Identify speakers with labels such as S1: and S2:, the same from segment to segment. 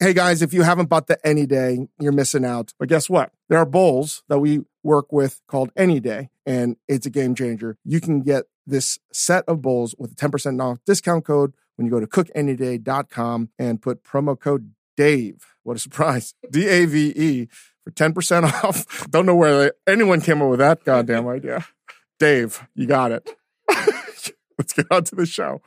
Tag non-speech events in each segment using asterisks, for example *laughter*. S1: Hey guys, if you haven't bought the Any Day, you're missing out. But guess what? There are bowls that we work with called Any Day, and it's a game changer. You can get this set of bowls with a 10% off discount code when you go to cookanyday.com and put promo code DAVE. What a surprise. *laughs* D A V E for 10% off. *laughs* Don't know where they, anyone came up with that goddamn idea. Dave, you got it. *laughs* Let's get on to the show.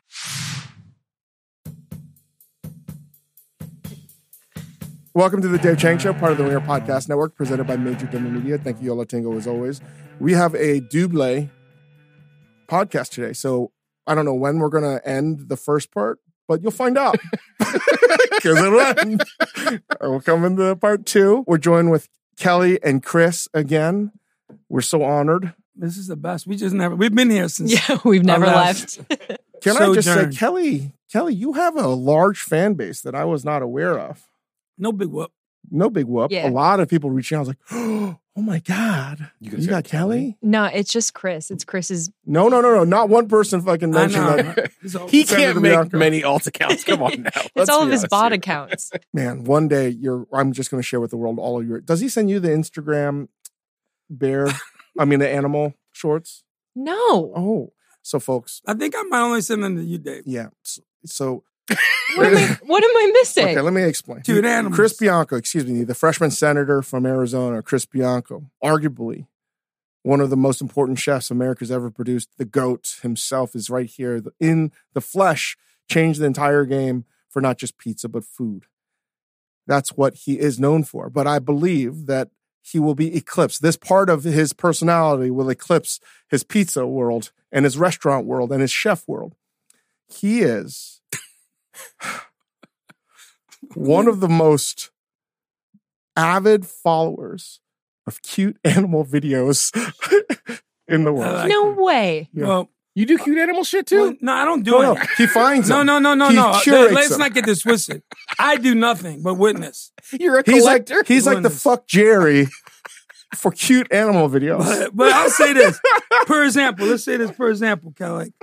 S1: Welcome to the Dave Chang Show, part of the Ringer Podcast Network, presented by Major Demo Media. Thank you, Yola Tingo, as always. We have a double podcast today, so I don't know when we're going to end the first part, but you'll find *laughs* out. Because it'll end. *laughs* We'll come into part two. We're joined with Kelly and Chris again. We're so honored.
S2: This is the best. We just never. We've been here since.
S3: *laughs* Yeah, we've never
S2: last-
S3: left.
S1: Can I just say,
S2: Sojourn.
S1: Kelly, Kelly, you have a large fan base that I was not aware of.
S2: No big whoop.
S1: No big whoop. A
S3: Yeah.
S1: lot of people reaching out. I was like, *gasps* oh my God. You,
S4: guys
S1: got, Kelly?
S3: no, it's just Chris. It's Chris's.
S1: No, no, no, no. Not one person fucking
S2: I
S1: mentioned
S2: know.
S1: that. *laughs*
S2: It's all-
S4: He
S1: Senator
S4: can't make
S1: Bianco.
S4: many alt accounts. Come on now.
S3: It's
S4: Let's
S3: all of
S4: be
S3: his
S4: honest
S3: bot
S2: *laughs*
S4: here.
S3: accounts.
S1: Man, one day you're I'm just gonna share with the world all of your does he send you the Instagram bear? I mean the animal shorts?
S3: No.
S1: Oh. So folks,
S2: I think I might only send them to you, Dave.
S1: yeah. So, so
S3: What am I, what am I missing?
S1: *laughs* okay, let me explain.
S2: Dude, animals.
S1: Chris Bianco, excuse me, the freshman senator from Arizona, Chris Bianco, arguably one of the most important chefs America's ever produced. The GOAT himself is right here the- in the flesh, changed the entire game for not just pizza, but food. That's what he is known for. But I believe that he will be eclipsed. This part of his personality will eclipse his pizza world and his restaurant world and his chef world. He is one of the most avid followers of cute *laughs* animal videos in the world.
S2: Uh,
S3: no way.
S1: Yeah.
S2: Well,
S4: You do cute animal shit too?
S2: well, no, I don't do
S1: No,
S2: it.
S1: no, he finds
S2: *laughs* No,
S1: them.
S2: no, no, no,
S1: He
S2: no.
S1: curates
S2: Let's
S1: them.
S2: not get this twisted. I do nothing but
S1: *laughs*
S2: witness.
S4: You're a
S1: He's like
S4: collector.
S1: he's like the
S2: Goodness.
S1: fuck Jerry for cute animal videos.
S2: But, but I'll say this. For example, let's say this. For example, kind of like,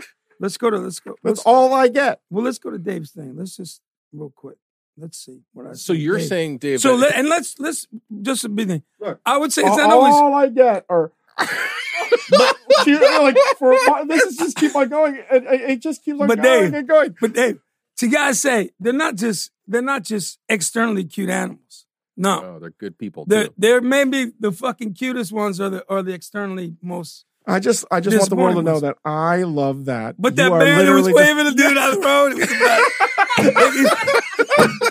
S2: let's go to let's go.
S1: That's
S2: Let's,
S1: all I get.
S2: well, let's go to Dave's thing. Let's just real quick. Let's see what I.
S4: so
S2: see.
S4: you're
S2: Dave.
S4: saying, Dave?
S2: So
S4: that-
S2: let, and let's let's just be there.
S1: Look.
S2: I would say it's
S1: All,
S2: not always.
S1: all I get
S2: *laughs*
S1: are cute, like for this is just keep on going. It, it it just keeps on
S2: But
S1: going
S2: Dave-
S1: and going.
S2: But Dave, to guys say they're not just they're not just externally cute animals. No,
S4: oh, they're good people
S2: they're
S4: too.
S2: they're maybe the fucking cutest ones are the are the externally most.
S1: I just I just
S2: This
S1: want the world to
S2: morning
S1: know
S2: was-
S1: that I love that.
S2: But
S1: You
S2: that
S1: are
S2: man that was
S1: literally just-
S2: waving the dude out the road. It was
S1: *laughs*
S2: about- *laughs*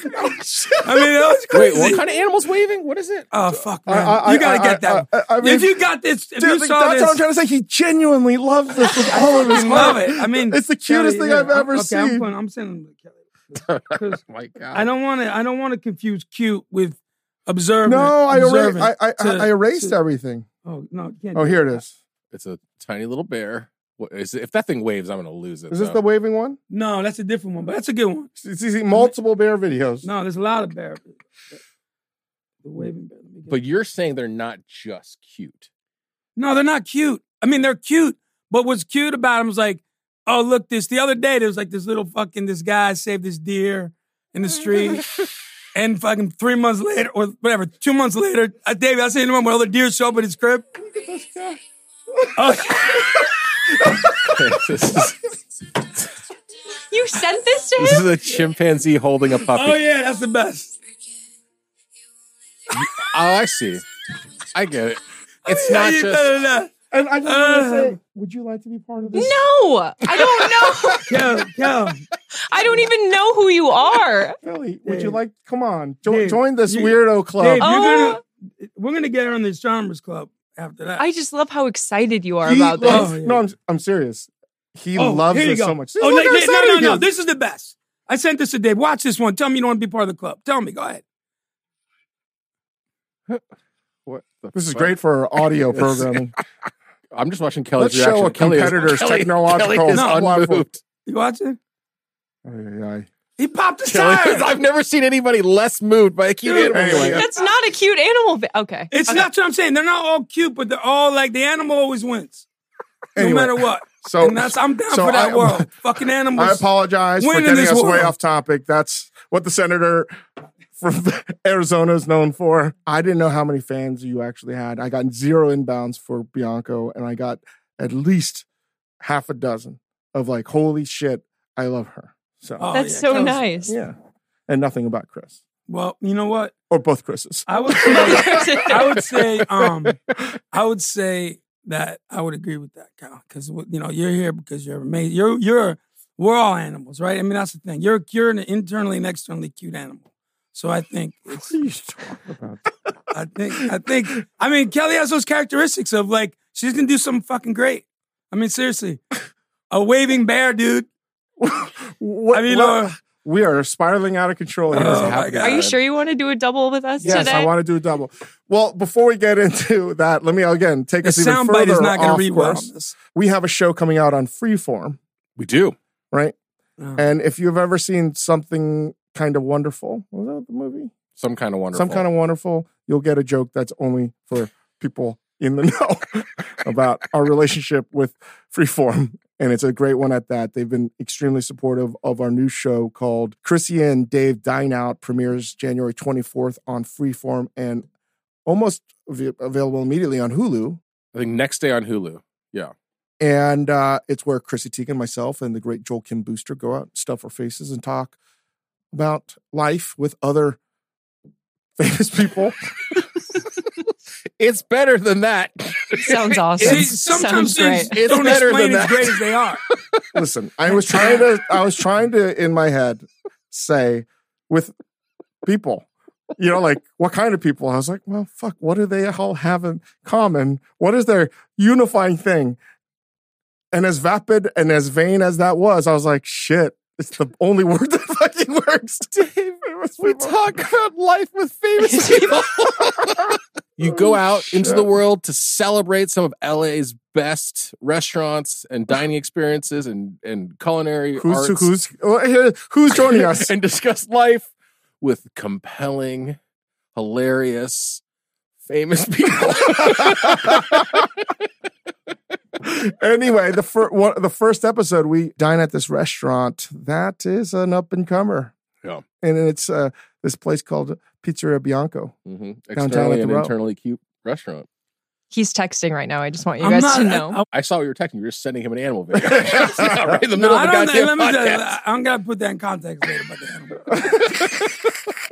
S2: I mean, that was
S4: Wait,
S2: crazy. *laughs*
S4: what kind of animals waving? What is it?
S2: Oh fuck,
S1: I-
S2: man!
S1: I-
S2: you gotta
S1: I-
S2: get that.
S1: I- I- I mean-
S2: if you got this, if
S1: Dude,
S2: you
S1: like,
S2: saw
S1: that's
S2: this,
S1: what I'm trying to say. He genuinely loves
S2: *laughs*
S1: this with all of his
S2: I
S1: heart.
S2: love it. I mean,
S1: it's the cutest thing I've ever
S2: okay, I'm,
S1: seen.
S2: putting, I'm sending them to Kelly
S1: *laughs*
S2: 'Cause
S4: My God,
S2: I don't want to. I don't want to confuse cute with observant.
S1: No, I, erased.
S2: observant
S1: I, I, I-
S2: to-
S1: I erased
S2: to-
S1: everything.
S2: Oh no! you Can't
S1: Oh,
S2: do
S1: here
S2: that.
S1: it is.
S4: It's a tiny little bear. What is it? If that thing waves, I'm gonna lose it.
S1: Is this
S4: though.
S1: the waving one?
S2: No, that's a different one, but that's a good one.
S1: See, see, see, multiple bear videos.
S2: No, there's a lot of bear. The waving bear. Let me get-
S4: But you're saying they're not just cute. *laughs*
S2: no, they're not cute. I mean, they're cute, but what's cute about them is like, oh look, this. The other day there was like this little fucking this guy saved this deer in
S1: *laughs*
S2: the street. And fucking three months later, or whatever, two months later, uh, David, I seen him where all the deer show up at his crib. Oh, *laughs*
S4: this, is,
S3: You sent this to
S4: this
S3: him?
S4: is a chimpanzee holding a puppy.
S2: oh, yeah, that's the best.
S4: Oh, I see. I get it.
S1: Oh,
S4: It's
S2: Yeah,
S4: not
S2: you
S4: just.
S2: better not.
S1: And I just want to
S2: Uh.
S1: say, would you like to be part of this?
S3: No, I don't know.
S2: Kel, Kel,
S3: I don't even know who you are.
S1: Kelly, would you
S2: Dave.
S1: like? Come on, jo-
S2: Dave,
S1: join this
S2: you-
S1: weirdo club.
S2: Dave,
S3: Oh.
S2: you're gonna, we're gonna get her on the Charmers Club after that.
S3: I just love how excited you are
S1: He
S3: about this.
S1: loves-
S2: Oh, yeah.
S1: No, I'm, I'm serious. He
S2: Oh,
S1: loves
S2: here you
S1: this
S2: go.
S1: so much.
S2: oh,
S1: Look,
S2: no,
S1: I
S2: no,
S1: said
S2: no,
S1: it
S2: no,
S1: again.
S2: This is the best. I sent this to Dave. Watch this one. Tell me you don't want to be part of the club. Tell me. Go ahead.
S4: What the
S1: This is
S4: fuck?
S1: great for
S2: *laughs*
S1: audio programming.
S4: I'm just watching Kelly's
S1: Let's show
S4: reaction.
S1: a
S4: Kelly is-
S1: competitor's
S4: Kelly-
S1: technological
S4: Kelly is
S1: platform. *laughs*
S4: unmoved.
S2: You watch it?
S1: Ay, ay, ay.
S2: He popped his
S4: Kelly is-
S2: tire.
S4: I've never seen anybody less moved by a cute
S2: Dude,
S4: animal.
S1: anyway.
S4: video.
S3: That's not a cute animal. vi- okay.
S2: It's not what I'm saying. They're not all cute, but they're all like the animal always wins, no
S1: Anyway,
S2: matter what.
S1: so
S2: and that's I'm down
S1: so
S2: for that
S1: I-
S2: world. Fucking animals.
S1: I apologize
S2: When
S1: for
S2: in
S1: getting
S2: this
S1: us way
S2: world?
S1: off topic. That's what the senator from *laughs* Arizona is known for. I didn't know how many fans you actually had. I got zero inbounds for Bianco, and I got at least half a dozen of like, holy shit, I love her. So
S2: Oh,
S3: That's
S2: yeah,
S3: so
S2: Kelsey.
S3: nice. *laughs*
S1: yeah, and nothing about Chris
S2: Well, you know what?
S1: or both
S2: *laughs*
S1: Chris's.
S2: I would say, I would say, um, I would say that I would agree with that, Kyle. Because you know you're here because you're amazing. You're you're we're all animals, right? I mean that's the thing. You're you're an internally and externally cute animal. So I think it's
S1: What are you talking about?
S2: I think I think I mean Kelly has those characteristics of like she's gonna do something fucking great. I mean seriously, a waving bear, dude.
S1: What-
S2: I mean,
S1: what-
S2: uh,
S1: we are spiraling out of control. here.
S2: Oh, my God.
S3: Are you sure you want to do a double with us
S1: Yes,
S3: today?
S1: I want to do a double. Well, before we get into that, let me again take
S2: The
S1: us even
S2: soundbite
S1: further
S2: is not gonna
S1: off
S2: read well.
S1: course.
S2: on this.
S1: We have a show coming out on Freeform,
S4: We do.
S1: right?
S2: Oh.
S1: And if you've ever seen something kind of wonderful, was that the movie?
S4: Some kind of wonderful.
S1: Some kind of wonderful, you'll get a joke that's only for people in the *laughs* know about our relationship with Freeform. And it's a great one at that. They've been extremely supportive of our new show called Chrissy and Dave Dine Out, premieres January 24th on Freeform and almost av- available immediately on Hulu.
S4: I think next day on Hulu.
S1: And uh, it's where Chrissy Teigen, myself, and the great Joel Kim Booster go out, stuff our faces, and talk about life with other *laughs* famous people.
S4: It's better than that.
S3: *laughs* Sounds awesome.
S2: *laughs* See, sometimes
S3: Sounds
S2: things
S3: great.
S4: It's
S2: don't
S4: better
S2: explain
S4: than
S2: as
S4: that.
S2: great as they are.
S1: Listen, I was trying to, I was trying to, in my head, say with people, you know, like what kind of people? I was like, well, fuck, what do they all have in common? What is their unifying thing? And as vapid and as vain as that was, I was like, shit, it's the only *laughs* word that fucking
S4: *laughs*
S1: works, Dave. It was
S4: we
S1: people.
S4: talk about life with famous people. you
S1: Oh,
S4: go out into the world to celebrate some of LA's best restaurants and dining experiences and, and culinary
S1: Who's,
S4: arts.
S1: who's, well, here- who's joining us?
S4: *laughs* and discuss life with compelling, hilarious,
S1: *laughs*
S4: famous people.
S1: anyway, the fir- one, the first episode we dine at this restaurant that is an up and comer.
S4: Yeah.
S1: and it's uh, this place called Pizzeria Bianco.
S4: mm-hmm.
S1: at
S4: Externally
S1: the
S4: and
S1: Row.
S4: internally cute restaurant.
S3: *laughs* He's texting right now. I just want you
S2: I'm
S3: guys
S2: not-
S3: to know.
S2: I- I-
S4: I saw what you were texting. You were just sending him an animal video. *laughs*
S1: *laughs*
S4: It's not right in the middle
S2: I
S4: of the
S2: don't
S4: goddamn
S2: think- let me tell you,
S4: podcast.
S2: I- I'm gonna put that in context later about the animal.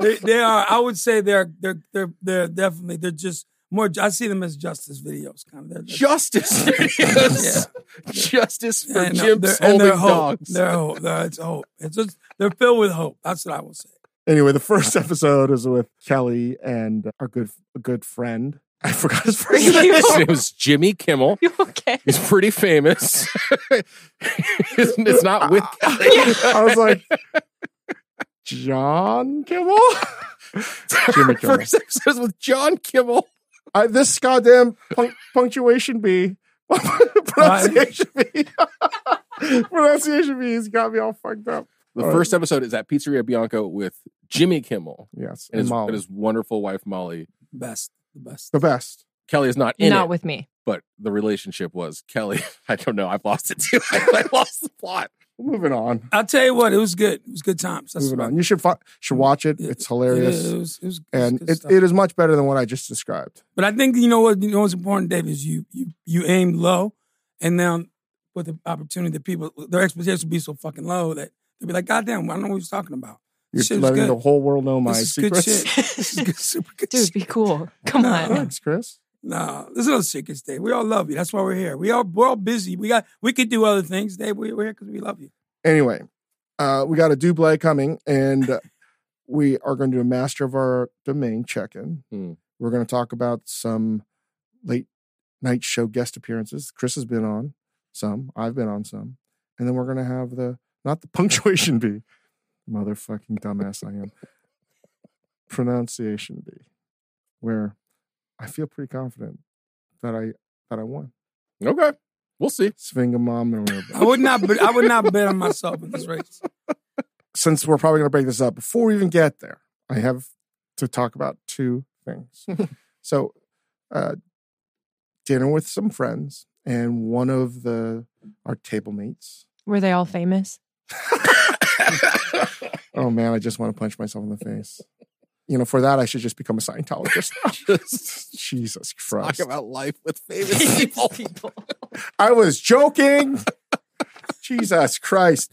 S2: *laughs* they, they are. I would say they're they're they're they're definitely they're just more. I see them as justice videos, kind of. They're, they're-
S4: Justice
S2: *laughs*
S4: videos. Justice for
S2: and, uh,
S4: Jim's
S2: they're- and
S4: holding
S2: they're hope.
S4: dogs.
S2: They're hope. They're, it's hope. It's just they're filled with hope. That's what I will say.
S1: Anyway, the first *laughs* episode is with Kelly and our good good friend. I forgot his first name.
S2: *laughs*
S4: *laughs* His name was Jimmy Kimmel.
S3: *laughs* You okay?
S4: He's pretty famous. *laughs* it's
S1: *laughs*
S4: not with
S1: I was like, John Kimmel. Jimmy Kimmel.
S4: *laughs* First episode's with John Kimmel.
S1: I, this goddamn punc- punctuation B, *laughs* pronunciation B, *laughs* pronunciation B has got me all fucked up.
S4: The
S1: All right.
S4: first episode is at Pizzeria Bianco with Jimmy Kimmel
S1: Yes,
S4: and his,
S1: Molly.
S4: and his wonderful wife Molly.
S2: Best, the best.
S1: the best.
S4: Kelly is not in
S3: Not
S4: it,
S3: with
S4: *laughs*
S3: me.
S4: but the relationship was Kelly. *laughs* I don't know. I've lost it too. *laughs* I lost the plot.
S1: Moving on,
S2: I'll tell you what. It was good. It was good times. That's
S1: moving
S2: what I-
S1: on. You should fi- should watch it.
S2: Yeah,
S1: It's hilarious,
S2: Yeah, it was, it was, it was
S1: and
S2: good
S1: it,
S2: stuff.
S1: it is much better than what I just described.
S2: But I think you know what you know what's important, Dave, is you you you aim low, and now with the opportunity that people their expectations will be so fucking low that they'll be like, God damn, I don't know what you're talking about.
S1: You're
S2: Shit was
S1: letting
S2: good.
S1: the whole world know my
S2: this is
S1: secrets.
S2: good shit. This is good, *laughs* super good
S3: Dude,
S2: shit.
S3: be cool. Come
S2: No.
S1: *laughs*
S3: on.
S1: Thanks, Chris.
S2: No, there's no secrets, Dave. We all love you. That's why we're here. We all we're all busy. We got we could do other things, Dave. We, we're here because we love you.
S1: Anyway, uh, we got a double coming, and uh, we are going to do a master of our domain check-in.
S4: Hmm.
S1: We're going to talk about some late night show guest appearances. Chris has been on some. I've been on some, and then we're going to have the not the *laughs* punctuation bee, motherfucking dumbass I am. Pronunciation bee, where I feel pretty confident that I that I won.
S4: Okay. We'll see.
S1: Svinga mom and we're
S2: I would not bet I would not bet on myself in
S1: *laughs*
S2: this race.
S1: since we're probably going to break this up, before we even get there, I have to talk about two things. so, uh, dinner with some friends, and one of the our table mates.
S3: Were they all famous?
S1: Oh man, I just want to punch myself in the face. You know, for that I should just become a Scientologist. *laughs* Jesus
S4: Talk
S1: Christ!
S4: about life with
S2: *laughs*
S4: famous people.
S3: people.
S1: I was joking. *laughs* Jesus Christ!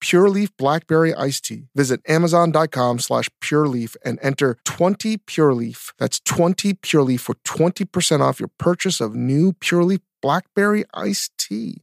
S1: Pure Leaf Blackberry Iced Tea. Visit Amazon.com slash Pure Leaf and enter 20 Pure Leaf. That's 20 Pure Leaf for 20% off your purchase of new Pure Leaf Blackberry Iced Tea.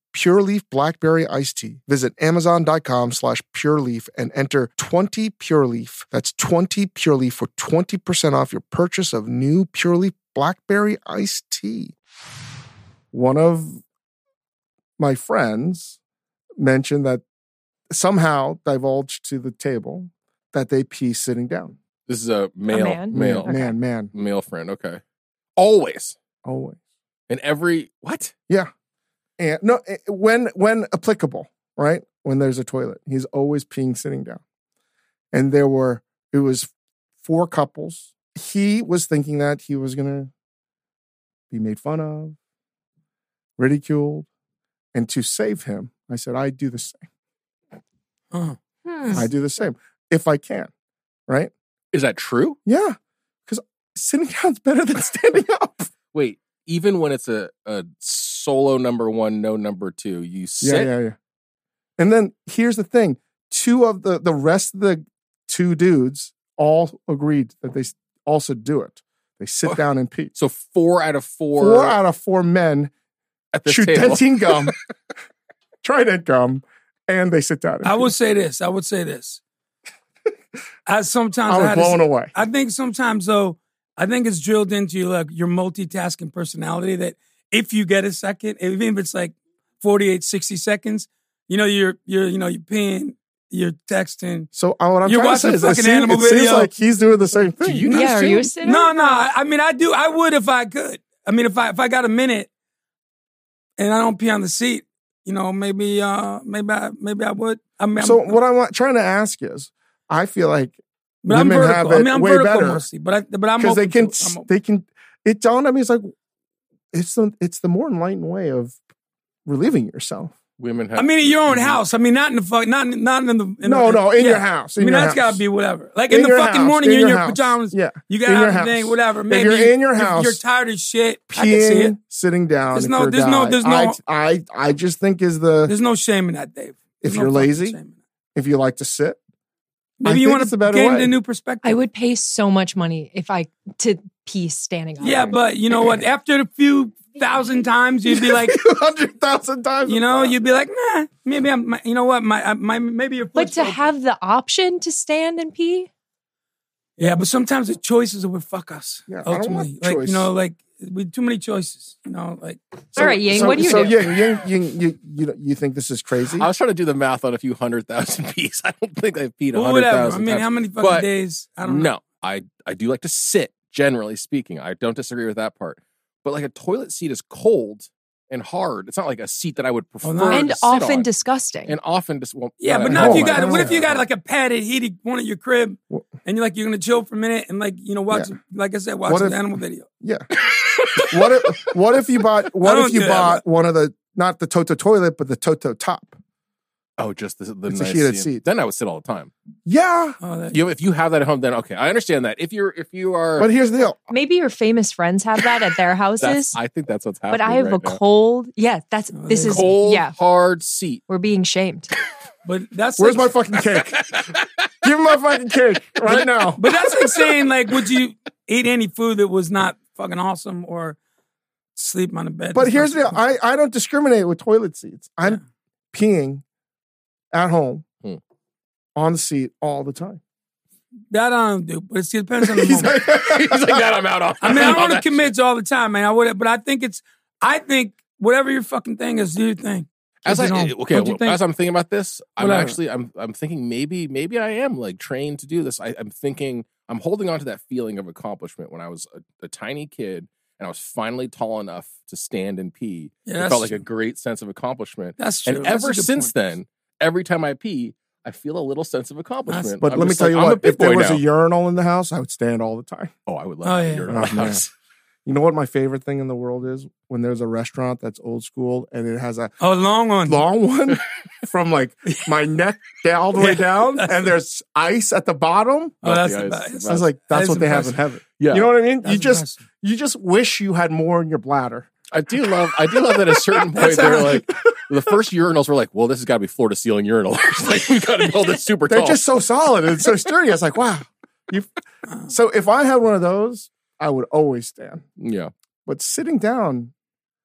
S1: Pure Leaf Blackberry Iced Tea. Visit Amazon.com slash Pure Leaf and enter 20 Pure Leaf. That's 20 Pure Leaf for 20% off your purchase of new Pure Leaf Blackberry Iced Tea. One of my friends mentioned that somehow divulged to the table that they pee sitting down.
S4: This is a male,
S3: man?
S4: male,
S3: Okay.
S1: Man, man,
S4: male friend. Okay, always
S1: always.
S4: in every what?
S1: And no, eh, when when applicable, right? When there's a toilet, he's always peeing sitting down. And there were it was four couples. He was thinking that he was gonna be made fun of, ridiculed, and to save him, I said, I do the same.
S2: Oh.
S3: Hmm.
S1: I do the same if I can, right?
S4: Is that true?
S1: Yeah, because sitting *laughs* down's better than standing up.
S4: Wait, even when it's a, a solo number one, no number two, you
S1: Yeah,
S4: sit.
S1: yeah, yeah. And then here's the thing: two of the the rest of the two dudes all agreed that they s- also do it. They sit down and pee.
S4: So four out of four,
S1: Four out of four men
S4: at this
S1: chew
S4: table.
S1: dentine
S2: *laughs*
S1: gum, trident gum, and they sit down. And
S2: I
S1: pee.
S2: would say this. I would say this. I sometimes
S1: I
S2: I
S1: was
S2: had to
S1: blown away.
S2: I think sometimes though, I think it's drilled into you like your multitasking personality that if you get a second, even if it's like 48, 60 seconds, you know, you're you're you know, you're peeing, you're texting.
S1: So uh, what I'm trying
S2: You're
S1: to
S2: watching
S1: say is, it,
S2: fucking
S1: seem-
S2: animal
S1: it seems
S2: video.
S1: like he's doing the same thing.
S4: you
S3: yeah, are you a
S4: too?
S3: sitter?
S2: No, no. I, I mean I do I would if I could. I mean if I if I got a minute and I don't pee on the seat, you know, maybe uh maybe I maybe I would. I mean
S1: so
S2: I'm,
S1: what I'm uh, trying to ask is, I feel like
S2: but I'm
S1: women
S2: vertical.
S1: have
S2: I
S1: it
S2: mean I'm
S1: way
S2: vertical
S1: better.
S2: mostly, but I but I'm
S1: because they
S2: open
S1: can
S2: to it. I'm open.
S1: they can it dawned on me it's like it's the it's the more enlightened way of relieving yourself
S4: Women have.
S2: I mean, in your own house. I mean, not in the fuck, not in, not in the. In
S1: no
S2: the,
S1: no in
S2: yeah.
S1: your house in
S2: I mean,
S1: your
S2: that's
S1: house.
S2: gotta be whatever. Like
S1: In
S2: in, the
S1: your
S2: fucking
S1: house,
S2: morning,
S1: in
S2: you're in
S1: your
S2: your
S1: house.
S2: pajamas.
S1: yeah
S2: You
S1: In your
S2: got out
S1: house.
S2: the thing, whatever.
S1: If
S2: Maybe
S1: you're in your
S2: if you're
S1: house,
S2: tired as shit. I can see it.
S1: peeing sitting down
S2: There's
S1: if
S2: no-
S1: you're a
S2: there's no-
S1: guy.
S2: there's
S1: I,
S2: no-
S1: I I just think is the
S2: There's no shame in that, Dave. There's
S1: if
S2: no
S1: you're
S2: fucking
S1: lazy
S2: shame in that.
S1: if you like to sit *laughs* I
S2: maybe you
S1: think
S2: want
S1: it's
S2: to
S1: a better
S2: gain
S1: way.
S2: a new perspective.
S3: I would pay so much money if I to pee standing up.
S2: Yeah, but you know what? After a few thousand times,
S1: *laughs*
S2: you'd be like,
S1: hundred thousand times
S2: you know,
S1: a time.
S2: you'd be like, nah, maybe I'm. My, you know what? My, I- my maybe your.
S3: But
S2: foot's
S3: to
S2: open.
S3: have the option to stand and pee,
S2: Yeah, but sometimes the choices would fuck us.
S1: Yeah, I don't
S2: ultimately,
S1: want
S2: like
S1: choice.
S2: you know, like we too many choices. You know, like
S1: so,
S3: All right, Ying,
S1: so,
S3: what do you
S1: so
S3: do?
S1: Ying, Ying, Ying, you, you know- you think this is crazy
S4: I was trying to do the math on a few hundred thousand *laughs* peas. I don't think I've peed a
S2: well,
S4: hundred
S2: whatever. I
S4: thousand.
S2: mean, how
S4: times.
S2: many fucking
S4: But-
S2: days? I don't know.
S4: No, I I do like to sit. Generally speaking, I don't disagree with that part. But like a toilet seat is cold and hard. It's not like a seat that I would prefer.
S2: Well, no.
S3: and
S4: to sit
S3: often
S4: on.
S3: disgusting.
S4: and often just well, uh,
S2: Yeah, but
S4: at
S2: not if
S1: home,
S2: you
S1: I
S2: got.
S1: don't
S2: What if
S1: know.
S2: you got like a padded, heated one at your crib,
S1: Wha-
S2: and you're like you're gonna chill for a minute and like you know watch, like I said, watch
S1: What
S2: an
S1: if-
S2: animal video.
S1: Yeah. *laughs* what if what if you bought what if
S2: don't
S1: you
S2: do that.
S1: bought one of the not the Toto toilet but the Toto top?
S4: Oh, just the, the
S1: It's a
S4: nice
S1: heated seat.
S4: Then I would sit all the time.
S1: Yeah.
S2: Oh, that,
S4: You, if you have that at home, then okay, I understand that. If you're if you are,
S1: But here's the deal.
S3: Maybe your famous friends have that at their houses.
S4: *laughs* that's, I think that's what's happening.
S3: but I have
S4: right
S3: a
S4: now.
S3: cold. Yeah, that's
S2: Oh,
S3: this
S2: yeah.
S3: is
S4: cold,
S3: yeah.
S4: hard seat. *laughs*
S3: We're being shamed.
S2: but that's
S1: Where's my
S2: like,
S1: fucking cake? Give me my fucking cake right now.
S2: *laughs* But that's like saying like, would you eat any food that was not fucking awesome or sleep on a bed?
S1: But
S2: that's
S1: here's the
S2: not-
S1: deal. I, I don't discriminate with toilet seats. I'm peeing at home
S4: Hmm.
S1: on the seat all the time.
S2: That I don't do, but it depends on
S1: *laughs*
S2: the
S1: He's
S2: moment.
S1: like,
S4: *laughs* He's like, that I'm out on.
S1: *laughs*
S2: I mean, I
S4: I'm
S2: want
S4: on
S2: to
S4: *laughs* that
S2: commit all the time, man. I would, but I think it's, I think whatever your fucking thing is, do your thing.
S4: As I
S2: If you don't-
S4: okay,
S2: don't you
S4: well,
S2: think-
S4: as I'm thinking about this, I'm
S2: Whatever.
S4: actually I'm I'm thinking maybe maybe I am like trained to do this. I, I'm thinking I'm holding on to that feeling of accomplishment when I was a, a tiny kid and I was finally tall enough to stand and pee.
S2: Yeah,
S4: it
S2: that's,
S4: felt like a great sense of accomplishment.
S2: that's true.
S4: And
S2: That's a
S4: ever
S2: good
S4: since
S2: point.
S4: then, every time I pee, I feel a little sense of accomplishment.
S1: but
S4: I'm
S1: let me
S4: just
S1: tell
S4: like,
S1: you
S4: I'm a
S1: what,
S4: big
S1: if there
S4: boy
S1: was
S4: now.
S1: a urinal in the house, I would stand all the time.
S4: oh, I would
S2: Oh,
S4: love
S2: yeah.
S4: your
S1: Oh,
S4: *laughs*
S1: man. You know what my favorite thing in the world is? When there's a restaurant that's old school and it has a
S2: oh, long one.
S1: long
S4: *laughs*
S1: one from like my neck down all the way
S2: Yeah.
S1: down
S4: *laughs*
S1: and there's ice at the bottom.
S2: oh, that's
S4: Yeah,
S2: the
S4: it's
S2: best.
S4: the
S1: I was like,
S2: That
S1: that's
S2: is
S1: what they
S2: impressive.
S1: have in heaven.
S4: Yeah,
S1: You know what I mean?
S2: That's
S1: you just
S2: impressive.
S1: you just wish you had more in your bladder.
S4: I do love I do love that at
S1: *laughs*
S4: a certain point
S2: That's
S4: they were
S2: how-
S4: like the first urinals were like, well, this has got to be floor to ceiling urinal. *laughs* It's like we got to build this super
S1: They're
S4: tall.
S1: just so solid and so sturdy. I was like, wow.
S3: *laughs*
S1: You so if I had one of those, I would always stand.
S4: yeah,
S1: But sitting down,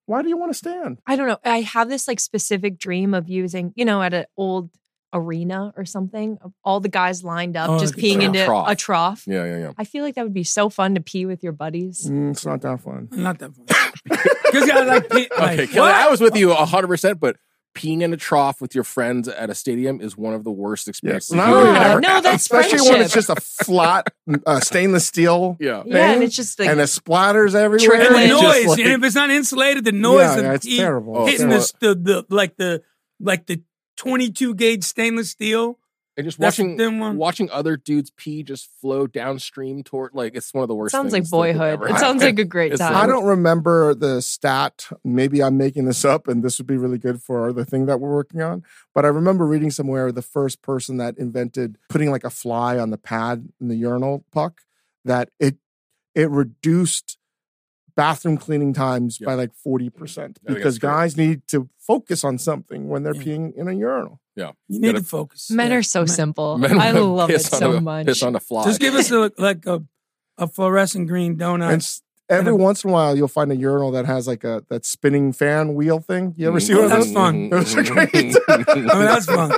S1: why do you want to stand?
S3: I don't know. I have this like specific dream of using, you know, at an old arena or something, of all the guys lined up
S2: Oh,
S3: just
S2: like
S3: peeing
S4: a
S3: into
S4: trough.
S3: a trough.
S4: yeah, yeah, yeah.
S3: I feel like that would be so fun to pee with your buddies.
S1: Mm, it's not that fun.
S2: Not that one. *laughs* Because I like, pe- like
S4: Okay, Kelly, I was with you hundred percent, but peeing in a trough with your friends at a stadium is one of the worst experiences.
S1: not
S4: you
S1: really.
S4: could
S1: Yeah,
S4: ever
S3: no,
S4: have.
S3: that's-
S1: Especially when it's
S3: friendship.
S1: just a flat uh, stainless steel
S4: yeah.
S3: Yeah, and
S1: thing,
S3: it's just *laughs* like
S1: and it splatters everywhere.
S3: Trickling.
S2: the
S1: It's just
S2: noise,
S1: like-
S2: and if it's not insulated, the noise
S1: yeah,
S2: of
S1: yeah, it's
S2: pee
S1: terrible.
S4: Oh,
S1: It's
S2: hitting
S1: terrible.
S2: the, the the like the like the twenty two gauge stainless steel.
S4: And just
S2: That's the
S4: watching
S2: thin
S3: Um,
S2: one.
S4: watching other dudes pee just flow downstream toward like it's one of the worst.
S3: sounds like
S4: things that could
S3: boyhood.
S4: ever
S3: It sounds
S4: happen. *laughs*
S3: like a great
S4: It's the
S3: time.
S1: I don't remember the stat. Maybe I'm making this up, and this would be really good for the thing that we're working on. But I remember reading somewhere the first person that invented putting like a fly on the pad in the urinal puck that it it reduced bathroom cleaning times
S4: Yeah.
S1: by like forty percent
S4: I think
S1: because
S4: that's true.
S1: guys need to focus on something when they're
S2: Yeah.
S1: peeing in a urinal.
S2: You need
S4: Gotta-
S2: to focus.
S3: Men
S2: Yeah.
S3: are so simple.
S4: Men
S3: I
S4: would
S3: love it
S4: *laughs* piss on
S3: so
S4: a-
S3: much.
S4: Piss on a fly.
S2: Just give us a, like a a fluorescent green donut.
S1: And s- every
S2: And
S1: once in a while, you'll find a urinal that has like a that spinning fan wheel thing. You
S4: Mm-hmm.
S1: ever see one of
S2: That's
S3: *laughs*
S1: those?
S2: fun.
S1: Those are great. *laughs* Oh
S2: I mean, that's fun.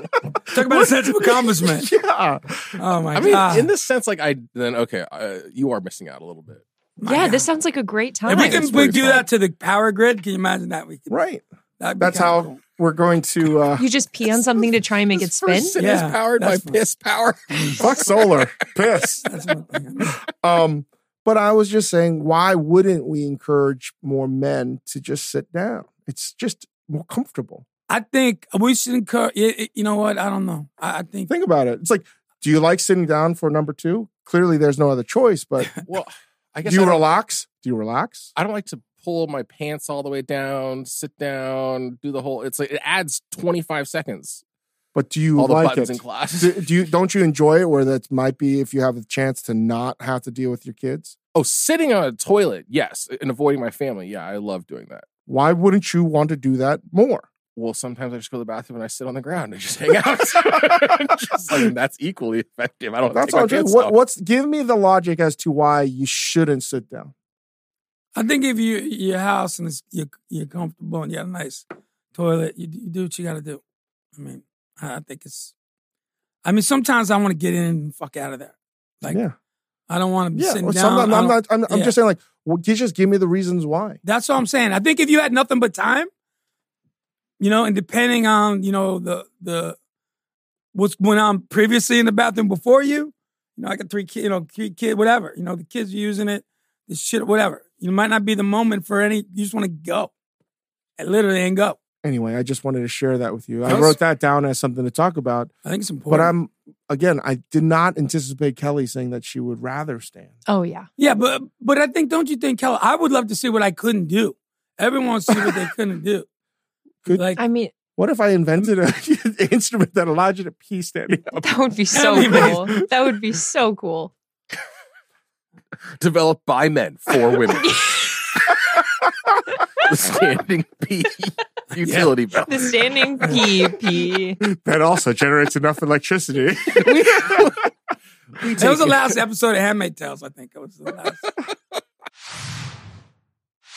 S2: Talk about a sense of accomplishment.
S1: yeah.
S2: Oh my
S4: I mean,
S2: god!
S4: in this sense, like I then okay, uh, you are missing out a little bit.
S2: My
S3: yeah,
S2: God.
S3: this sounds like a great time.
S2: If we
S4: It's
S2: can we
S4: pretty
S2: do
S4: fun.
S2: that to the power grid, can you imagine that? We could,
S1: Right.
S2: that'd be
S1: That's
S2: kinda
S1: how
S2: cool.
S1: we're going to
S4: *laughs*
S1: uh,
S3: you just pee on something to try and make it
S4: This *laughs*
S3: spin.
S4: person
S2: Yeah,
S4: is powered by
S2: that's fun.
S4: piss power.
S1: *laughs* fuck solar. Piss.
S2: That's one thing.
S1: Um, but I was just saying, why wouldn't we encourage more men to just sit down? It's just more comfortable.
S2: I think we should encourage. You know what? I don't know. I, I think
S1: Think about it. It's like, do you like sitting down for number two? Clearly, there's no other choice. But
S4: Well, *laughs* I
S1: do
S4: guess I
S1: you
S4: don't,
S1: relax? Do you relax?
S4: I don't like to pull my pants all the way down, sit down, do the whole. It's like it adds twenty five seconds.
S1: But do you
S4: all the
S1: like
S4: buttons
S1: it?
S4: in class.
S1: do, do you don't you enjoy it? Where that might be if you have a chance to not have to deal with your kids.
S4: oh, sitting on a toilet, yes, and avoiding my family. Yeah, I love doing that.
S1: Why wouldn't you want to do that more?
S4: Well, sometimes I just go to the bathroom and I sit on the ground and just hang out. *laughs* Just like, that's equally effective. I don't.
S1: That's
S4: take my
S1: all. I'm saying.
S4: pants
S1: What,
S4: off.
S1: what's give me the logic as to why you shouldn't sit down?
S2: I think if you your house and it's, you're you're comfortable and you got a nice toilet, you, do- you do what you got to do. I mean, I, I think it's. I mean, sometimes I want to get in and fuck out of there. Like
S1: yeah,
S2: I don't want to be
S1: yeah.
S2: sitting
S1: well,
S2: down.
S1: some- I'm,
S2: I
S1: I'm
S2: don't-
S1: not. I'm, I'm
S2: yeah.
S1: just saying, like, well, you just give me the reasons why.
S2: That's what I'm saying. I think if you had nothing but time, you know, and depending on you know the the what's going on previously in the bathroom before you, you know, I got three kids, you know, three kid, whatever, you know, the kids are using it, the shit, whatever. You might not be the moment for any. You just want to go, and literally and go.
S1: Anyway, I just wanted to share that with you. I
S4: That's-
S1: wrote that down as something to talk about.
S2: I think it's important.
S1: But I'm again, I did not anticipate Kelly saying that she would rather stand.
S3: Oh yeah.
S2: yeah, but but I think don't you think, Kelly? I would love to see what I couldn't do. Everyone wants to see what they couldn't do.
S1: Good.
S2: Like
S3: I mean, *laughs*
S1: What if I invented an *laughs* instrument that allowed you to pee standing up?
S3: that
S4: *laughs*
S3: would be so
S2: That'd be
S3: cool. That would be so cool.
S4: developed by men for
S1: *laughs*
S4: women. *laughs* the standing
S1: *laughs*
S4: pee utility belt.
S3: The standing pee
S4: *laughs*
S3: pee.
S1: That also generates enough electricity.
S3: *laughs*
S2: that was the last episode of Handmaid Tales. I think it was the last.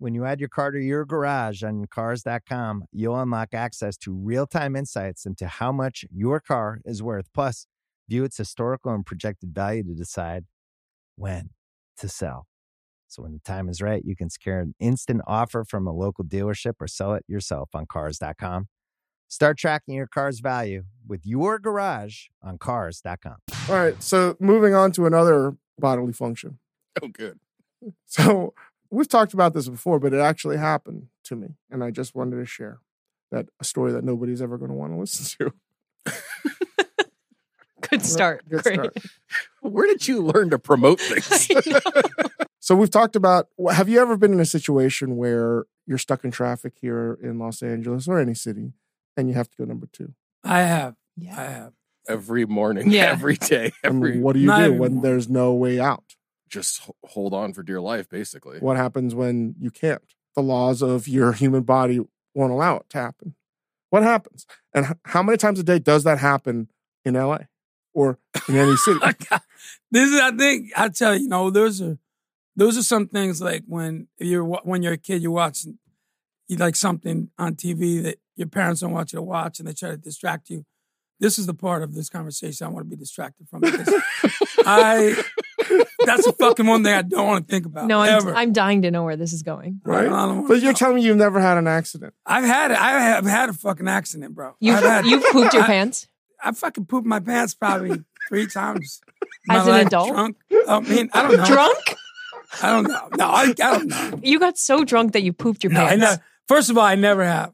S5: When you add your car to your garage on Cars.com, you'll unlock access to real time insights into how much your car is worth. Plus, view its historical and projected value to decide when to sell. So, when the time is right, you can secure an instant offer from a local dealership or sell it yourself on Cars.com. Start tracking your car's value with your garage on Cars.com.
S1: All right. So moving on to another bodily function.
S4: Oh, good.
S1: So we've talked about this before, but it actually happened to me, and I just wanted to share that a story that nobody's ever going to want to listen to. *laughs*
S3: Good start.
S1: Good
S3: Great.
S1: start.
S4: Where did you learn to
S3: *laughs*
S4: promote things? *laughs*
S1: So we've talked about. wh- Have you ever been in a situation where you're stuck in traffic here in Los Angeles or any city, and you have to go number two?
S2: I have. I
S3: yeah.
S2: have.
S4: every morning, *laughs*
S3: Yeah.
S4: every day,
S1: And
S4: every
S1: what do you
S2: Not
S1: do when
S2: anymore.
S1: there's no way out?
S4: just h- hold on for dear life, basically.
S1: What happens when you can't? The laws of your human body won't allow it to happen. What happens? And h- how many times a day does that happen in LA or in
S2: *laughs*
S1: any city?
S2: Oh, this is, I think, I tell you, you know, those are, those are some things like when you're wa- when you're a kid, you're watching, you like something on TV that your parents don't want you to watch, and they try to distract you. This is the part of this conversation I want to be distracted from.
S1: *laughs*
S2: Because I, that's the fucking one thing I don't want to think about.
S3: *laughs* No,
S2: ever.
S3: I'm, I'm dying to know where this is going.
S2: I don't- I don't wanna
S1: But you're
S2: know.
S1: telling me you've never had an
S2: *laughs*
S1: accident.
S2: I've had it. I have had a fucking accident, bro.
S3: You
S2: I've had,
S3: you pooped your
S2: I-
S3: pants.
S2: I fucking pooped my pants probably three times. in my
S3: As an
S2: life,
S3: adult?
S2: drunk. I mean, I don't know.
S3: Drunk?
S2: I don't know. No, I, I don't know.
S3: You got so drunk that you pooped your *laughs*
S2: No, I
S3: pants.
S2: know. First of all, I never have.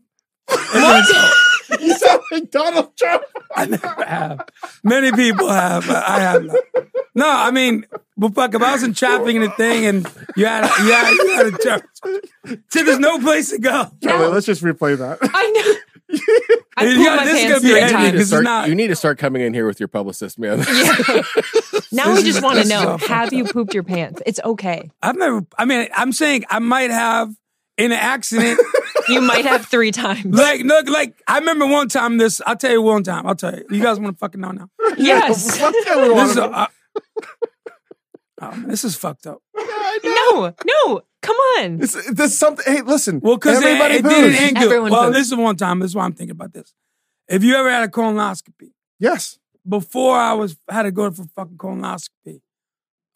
S1: You sound like Donald Trump.
S2: I never have. Many people have, but I have not. No, I mean, but fuck, if I was in traffic and a thing and you had, you had, you had a church, see, there's no place to go.
S1: *laughs* Charlie, let's just replay
S2: *laughs*
S1: that. *laughs*
S3: I know. I
S2: Yeah,
S3: pooped my
S2: this is
S3: pants
S2: gonna be edited.
S3: three
S4: You need, to
S3: times.
S2: This is
S4: start,
S2: not-
S4: you need to start coming in here with your publicist, man.
S3: Now
S2: this
S3: we
S2: is-
S3: just
S2: this
S3: want to
S2: is
S3: know:
S2: awful.
S3: Have you pooped your pants? It's
S2: *laughs*
S3: okay.
S2: I've never, I mean, I'm saying I might have in an accident.
S3: You might have three times.
S2: Like, look, like, I remember one time this, I'll tell you one time, I'll tell you. You guys want to fucking know now. *laughs*
S3: yes.
S1: *laughs*
S2: This is, uh, *laughs* oh, man, this is fucked up.
S3: No. No. Come on.
S1: This, this is something. Hey, listen.
S2: Well, because it,
S1: everybody
S2: it
S1: poos.
S2: didn't end good.
S3: Everyone
S2: well,
S3: poos.
S2: this is one time. This is why I'm thinking about this. If you ever had a colonoscopy,
S1: Yes.
S2: before I was had to go for fucking colonoscopy,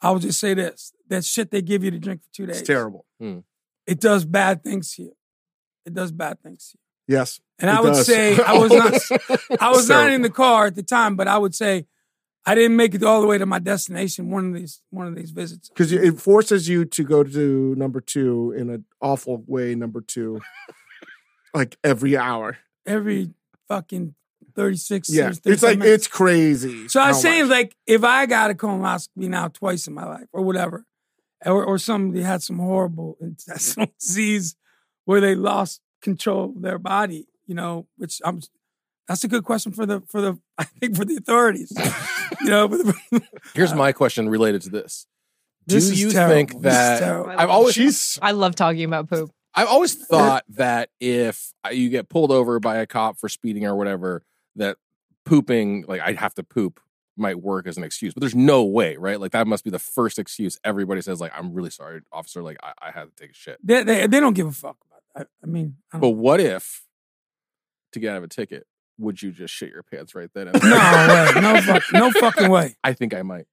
S2: I would just say this: that shit they give you to drink for two days,
S1: It's terrible.
S2: It does bad things to you. It does bad things to you.
S1: Yes.
S2: And
S1: It
S2: I would
S1: does.
S2: say I was not
S1: *laughs*
S2: I was not
S1: Terrible.
S2: in the car at the time, but I would say I didn't make it all the way to my destination. One of these one of these visits.
S1: Because it forces you to go to number two in an awful way, number two, like every hour.
S2: every fucking 36
S1: Yeah.
S2: or 37
S1: It's like,
S2: minutes.
S1: it's Oh crazy.
S2: so i
S1: how
S2: was saying
S1: much.
S2: like if i got a colonoscopy now twice in my life or whatever or, or somebody had some horrible intestinal *laughs* disease where they lost control of their body you know which i'm that's a good question for the for the *laughs* i think for the authorities you know but
S4: *laughs*
S2: *laughs*
S4: Here's my question related to this. Do
S2: this is
S4: you
S2: terrible.
S4: think
S2: This is
S4: that-
S2: terrible.
S4: I've always
S1: she's
S3: I love talking about poop.
S4: I've *laughs* always thought that if you get pulled over by a cop for speeding or whatever, that pooping, like I'd have to poop, might work as an excuse. But there's no way, right? Like that must be the first excuse everybody says. Like I'm really sorry, officer. Like I, I had to take a shit.
S2: they, they, they don't give a fuck about it. I, I mean I
S4: But
S2: don't,
S4: what if to get out of a ticket,
S3: *laughs*
S4: Oh. would you just shit your pants right then? And
S2: *laughs* no
S4: there?
S2: way no, fuck, no fucking way
S4: I think I might.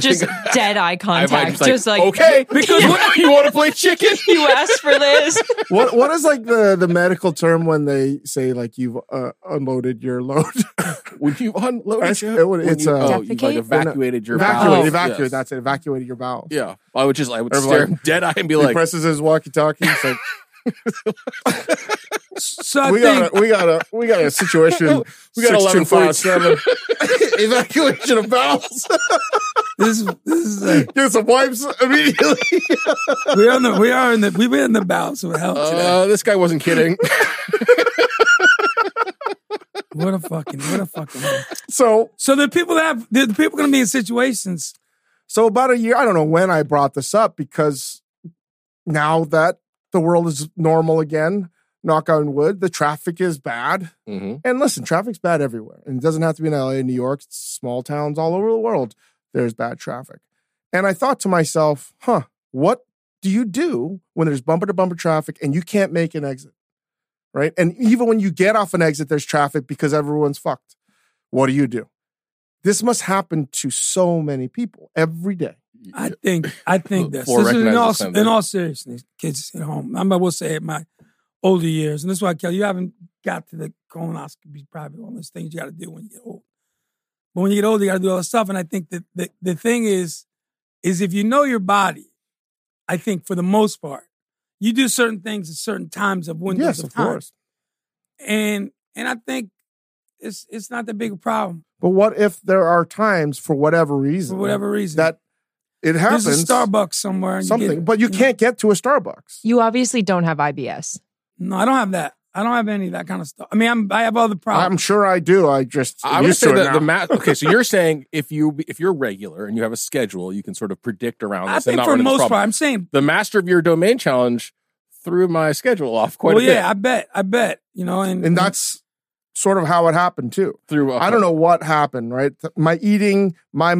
S2: *laughs*
S3: just
S4: think *laughs*
S3: dead eye
S4: I
S3: contact.
S4: might just,
S3: just like,
S4: okay,
S2: Because
S4: you,
S2: what-
S4: want to play chicken?
S3: *laughs* you asked
S2: *laughs*
S3: for this.
S1: What what is like the the medical term when they say like you've uh, unloaded your load?
S4: *laughs* Would you unload
S1: That's- it would- it's,
S4: you,
S1: uh,
S4: oh, you like
S3: Defecate?
S4: evacuated *laughs* your
S1: evacuate,
S4: bowels.
S1: evacuate.
S4: Yes.
S1: That's it. Evacuated your bowel.
S4: yeah. I would just I would
S1: Or
S4: stare
S1: like-
S4: him dead eye and be
S1: He
S4: like,
S1: presses his walkie-talkie. He's like,
S2: So *laughs* I
S1: we
S2: think
S1: got a, we got a we got a situation.
S4: *laughs* We got 1157.
S1: 6247. evacuation of bowels.
S2: this, is- this is
S1: *laughs*
S2: like,
S1: Get some wipes immediately. *laughs*
S2: we are in the we are in the we were in the bouts of hell today.
S4: *laughs* uh, this guy
S1: *laughs*
S4: wasn't kidding.
S2: what a fucking what a fucking.
S1: so
S2: So the people that have the people going to be in situations.
S1: so about a year. I don't know when I brought this up because now that the world is normal again, knock on wood, the traffic is bad.
S4: mm-hmm.
S1: And listen, traffic's bad everywhere. And it doesn't have to be in LA, New York, it's small towns all over the world. There's bad traffic. And I thought to myself, huh, what do you do when there's bumper to bumper traffic and you can't make an exit? Right. And even when you get off an exit, there's traffic because everyone's fucked. What do you do? This must happen to so many people every day.
S2: I think I think
S4: The
S2: this.
S4: floor
S2: this is in
S4: recognizes
S2: all
S4: something.
S2: in all seriousness, kids at home. I will say in my older years, and this is why Kelly, you haven't got to the colonoscopy, probably one of those things you got to do when you get old. But when you get older, you got to do all this stuff. And I think that the, the thing is, is if you know your body, I think for the most part, you do certain things at certain times of windows
S1: yes,
S2: of,
S1: of
S2: time.
S1: course.
S2: And and I think it's it's not that big a problem
S1: But what if there are times for whatever reason
S2: for whatever reason.
S1: that it happens?
S2: There's a Starbucks somewhere. And
S1: something,
S2: you get,
S1: but you can't get to a Starbucks.
S3: You obviously don't have IBS. *laughs*
S2: No, I don't have that. I don't have any of that kind of stuff. I mean, I'm, I have other
S1: I'm
S2: problems.
S1: sure I do. I just
S4: I
S1: I'm
S4: would
S1: used to
S4: say
S1: it
S4: that the
S1: now.
S4: math. Okay, so you're saying if you if you're regular and you have a schedule, you can sort of predict around this
S2: I
S4: and
S2: think
S4: not
S2: for
S4: run
S2: the
S4: into this
S2: most part,
S4: problem.
S2: I'm saying,
S4: The master of your domain challenge threw my schedule off quite
S2: well,
S4: a bit.
S2: yeah, I bet, I bet, you know, and,
S1: and that's sort of how it happened too.
S4: through
S1: I don't know what happened, right? Th- My eating, my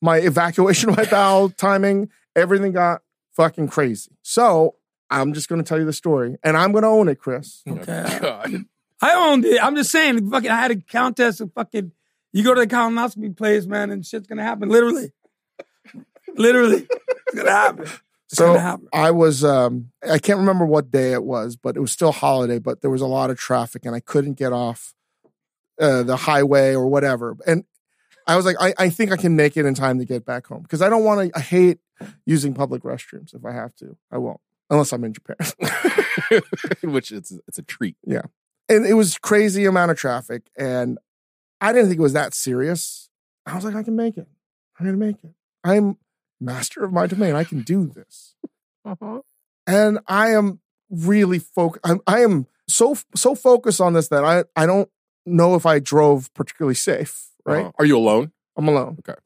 S1: my evacuation, *laughs* my bowel timing, everything got fucking crazy. So I'm just going to tell you the story, and I'm going to own it, Chris.
S2: Okay.
S4: Oh, God. *laughs*
S2: I owned it. I'm just saying, fucking, I had a contest of fucking, you go to the colonoscopy place, man, and shit's gonna happen. Literally, literally, it's gonna happen. It's
S1: So
S2: gonna happen.
S1: I was um I can't remember what day it was, but it was still holiday, but there was a lot of traffic and I couldn't get off uh, the highway or whatever. And I was like, I, I think I can make it in time to get back home because I don't want to. I hate using public restrooms. If I have to, I won't unless I'm in Japan. *laughs*
S4: Which it's it's a treat.
S1: and it was crazy amount of traffic, and I didn't think it was that serious. I was like, I can make it. I'm gonna make it. I'm master of my domain. I can do this. and I am really focused. I'm, I am so so focused on this that I I don't know if I drove particularly safe. Right,
S4: Uh-huh. Are you alone?
S1: I'm alone.
S4: Okay.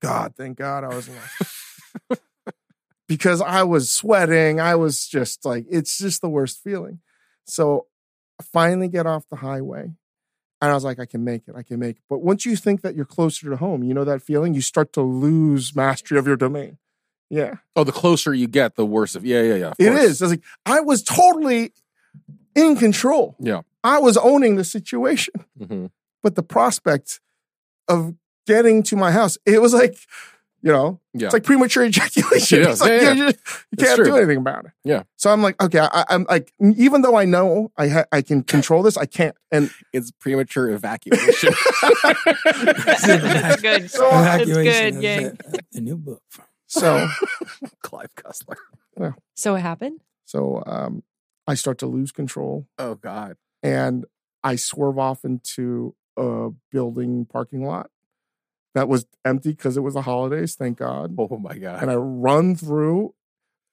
S1: God, thank God I was alone. because I was sweating. I was just like, it's just the worst feeling. So I finally get off the highway. And I was like, I can make it. I can make it. But once you think that you're closer to home, you know that feeling, you start to lose mastery of your domain. Yeah.
S4: Oh, the closer you get, the worse. Of, yeah, yeah, yeah. of
S1: It
S4: course.
S1: is. It's like I was totally in control.
S4: Yeah.
S1: I was owning the situation,
S4: Mhm.
S1: but the prospect of getting to my house, it was like, you know,
S4: Yeah.
S1: it's like premature *laughs* ejaculation.
S4: Yeah,
S1: It's like,
S4: yeah,
S1: you-
S4: yeah.
S1: You, you
S4: It's
S1: can't
S4: true.
S1: do anything about it.
S4: Yeah.
S1: So I'm like, okay, I, I'm like, even though I know I ha- I can control this, I can't. And *laughs*
S4: it's premature evacuation.
S3: That's good.
S1: So
S3: That's
S2: Evacuation is
S3: Oh, good. Yeah.
S2: a- a new book.
S1: so,
S4: Clive Cussler.
S3: So it happened.
S1: so um, I start to lose control
S4: Oh God.
S1: and I swerve off into a building parking lot that was empty because it was the holidays. Thank God.
S4: Oh my God.
S1: and I run through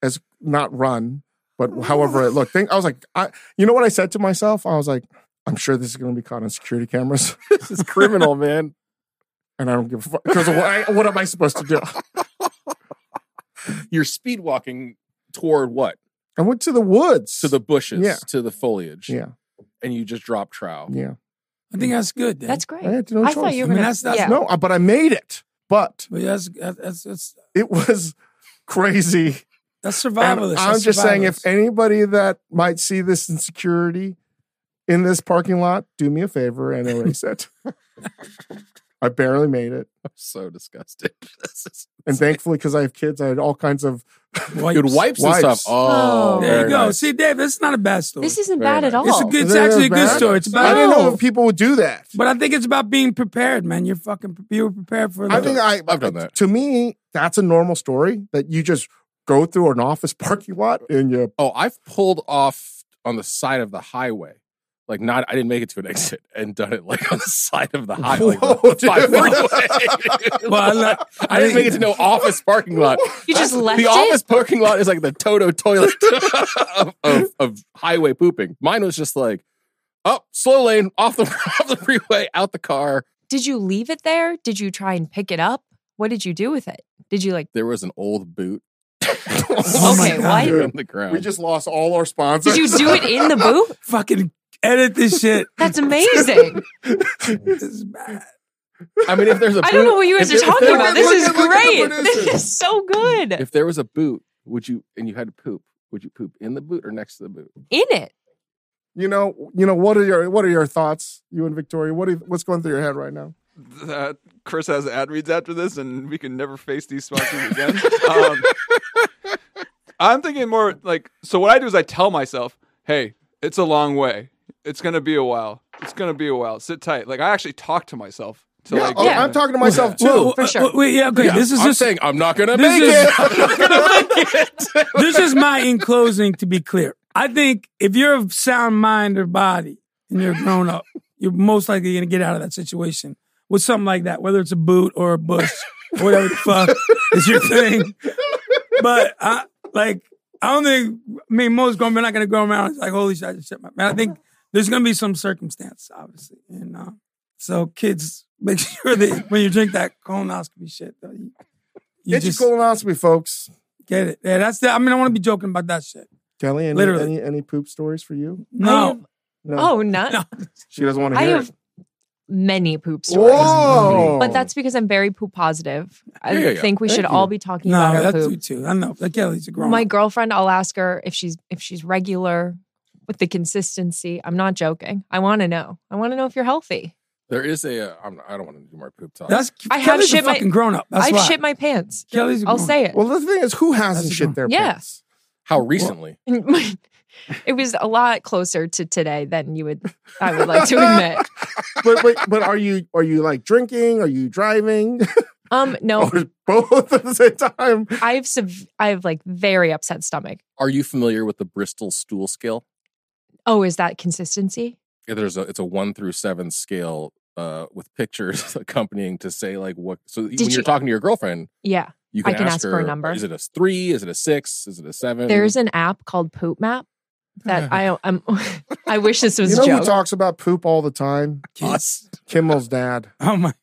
S1: as not run, but however it looked. Think I was like, I, you know what I said to myself? I was like, I'm sure this is going to be caught on security cameras, *laughs*
S4: this is criminal, man.
S1: and I don't give a fuck because what, I- what am I supposed to do?
S4: *laughs* You're speed walking toward what?
S1: I went to the woods
S4: To the bushes,
S1: Yeah.
S4: to the foliage,
S1: yeah,
S4: and you just drop trow.
S1: yeah.
S2: I think that's good. Dan.
S3: That's
S1: I
S3: great.
S1: had no
S3: I
S1: choice.
S3: thought you were
S2: I mean,
S3: gonna.
S2: that's- that's
S3: yeah.
S1: no, I- but I made it. But
S2: but that's that's that's,
S1: it was *laughs* crazy.
S2: that's
S1: And
S2: survivalist.
S1: I'm
S2: That's
S1: just saying,
S2: survivalist.
S1: if anybody that might see this insecurity in this parking lot, do me a favor and erase it. *laughs* I barely made it.
S4: I'm *laughs* so disgusted. *laughs* This is-
S1: And thankfully, because I have kids, I had all kinds of
S2: Wipes.
S4: Dude, wipes, and
S1: Wipes.
S4: stuff. Oh,
S3: Oh.
S2: There
S4: very
S2: you go.
S4: nice.
S2: See, Dave, this is not a bad story.
S3: This isn't
S4: Very
S3: bad at
S4: nice.
S3: all.
S2: It's a good. It's
S1: Is it
S2: actually a good
S1: bad?
S2: story. It's about. Oh.
S1: I didn't know
S3: No.
S1: if people would do that.
S2: But I think it's about being prepared, man. You're fucking. pre- You were prepared for.
S1: I
S2: the-
S1: think I,
S4: I've done that.
S1: To me, that's a normal story that you just go through an office *laughs* parking lot and you.
S4: Oh, I've pulled off on the side of the highway. Like not, I didn't make it to an exit and done it like on the side of the highway. Like
S1: Whoa,
S4: the *laughs* by
S1: dude. *laughs*
S4: freeway.
S2: Well, I,
S4: *laughs*
S2: lo-
S4: I didn't make it to no office parking lot.
S3: You just left
S4: the
S3: it?
S4: office parking lot is like the Toto toilet *laughs* of, of, of highway pooping. Mine was just like, oh, slow lane, off the *laughs* off the freeway, out the car.
S3: Did you leave it there? Did you try and pick it up? What did you do with it? Did you like?
S4: There was an old
S2: *laughs*
S4: boot.
S2: Oh
S3: Okay,
S2: what?
S4: On the ground.
S1: We just lost all our sponsors.
S3: Did you do it in the boot?
S2: fucking edit this shit.
S3: That's *laughs* amazing.
S2: This is bad.
S4: I mean, if there's a boot,
S3: I don't know what you
S4: if
S3: guys are
S4: there- if
S3: talking
S4: there-
S3: about.
S1: look
S3: This
S1: at-
S3: is
S1: look at the
S3: great. This
S1: producer.
S3: is so good.
S4: If there was a boot, would you and you had to poop? Would you poop in the boot or next to the boot?
S3: in it.
S1: *laughs* You know, you know what are your what are your thoughts, you and Victoria? What are, what's going through your head right now?
S6: that uh, Chris has ad reads after this, and we can never face these sponsors again. um, *laughs* I'm thinking more like so. What I do is I tell myself, "Hey, it's a long way. It's gonna be a while. It's gonna be a while. Sit tight." Like I actually talk to myself. To,
S1: Yeah,
S6: like,
S1: oh,
S6: get
S1: I'm
S6: there.
S1: talking to
S4: *laughs*
S1: myself too.
S2: Well,
S3: for
S2: uh,
S3: sure.
S2: wait, yeah, okay.
S4: Yeah,
S2: this is
S4: I'm
S2: just
S4: saying I'm not gonna
S2: this
S4: make
S2: is-
S4: it. *laughs* I'm not gonna make it.
S2: this is my in closing to be clear. I think if you're of sound mind or body and you're grown up, you're most likely gonna get out of that situation with something like that, whether it's a boot or a bush or whatever the fuck is your thing. But I like I don't think I mean most grown men are not gonna go around like holy shit, I just shit my man. I think there's gonna be some circumstance, obviously. And uh, so kids make sure that when you drink that colonoscopy shit though, you, you
S1: Get
S2: just
S1: your colonoscopy, folks.
S2: get it. Yeah, that's the I mean I wanna be joking about that shit.
S1: Kelly, any,
S2: Literally.
S1: any any poop stories for you?
S3: I
S2: No.
S3: have-
S1: No,
S3: *laughs* oh, not.
S2: No.
S1: she doesn't want to
S3: I
S1: hear
S3: have
S1: it.
S3: many poop stories.
S1: Whoa!
S3: But that's because I'm very poop positive. I
S4: Yeah, yeah, yeah.
S3: think we should
S1: Thank
S3: all
S1: you.
S3: be talking
S2: No,
S3: about our
S2: that's
S3: poop.
S2: you too. I know. Like, Kelly's a grown
S3: My
S2: up.
S3: girlfriend, I'll ask her if she's if she's regular with the consistency. I'm not joking. I want to know. I want to know if you're healthy.
S4: There is a. Uh, I'm, I don't want to do more poop talk.
S2: That's
S3: I have
S2: Kelly's
S3: shit
S2: a
S3: my-
S2: fucking grown up. That's
S3: I've
S2: why.
S3: shit my pants.
S2: Kelly's. a
S3: I'll
S2: grown-up.
S3: say it.
S1: well, the thing is, who hasn't
S2: That's
S1: shit their
S3: Yeah.
S1: pants?
S4: how recently.
S3: *laughs* it was a lot closer to today than you would I would like to admit.
S1: *laughs* But wait, but are you are you like drinking? Are you driving? *laughs*
S3: Um, no,
S1: Or both at the same time?
S3: I have sev- I have like very upset stomach.
S4: Are you familiar with the Bristol stool scale?
S3: Oh, is that consistency?
S4: Yeah, There's a. It's a one through seven scale uh, with pictures *laughs* accompanying to say like what. So when
S3: you-
S4: you're talking to your girlfriend,
S3: Yeah.
S4: you
S3: I
S4: can,
S3: can ask for a
S4: her,
S3: number.
S4: Is it a three? Is it a six? Is it a seven?
S3: There's an app called Poop Map
S1: *laughs*
S3: that I I'm, *laughs* I wish this was
S1: you know
S3: a joke.
S1: who talks about poop all the time?
S4: us.
S1: Kimmel's dad
S2: Oh my.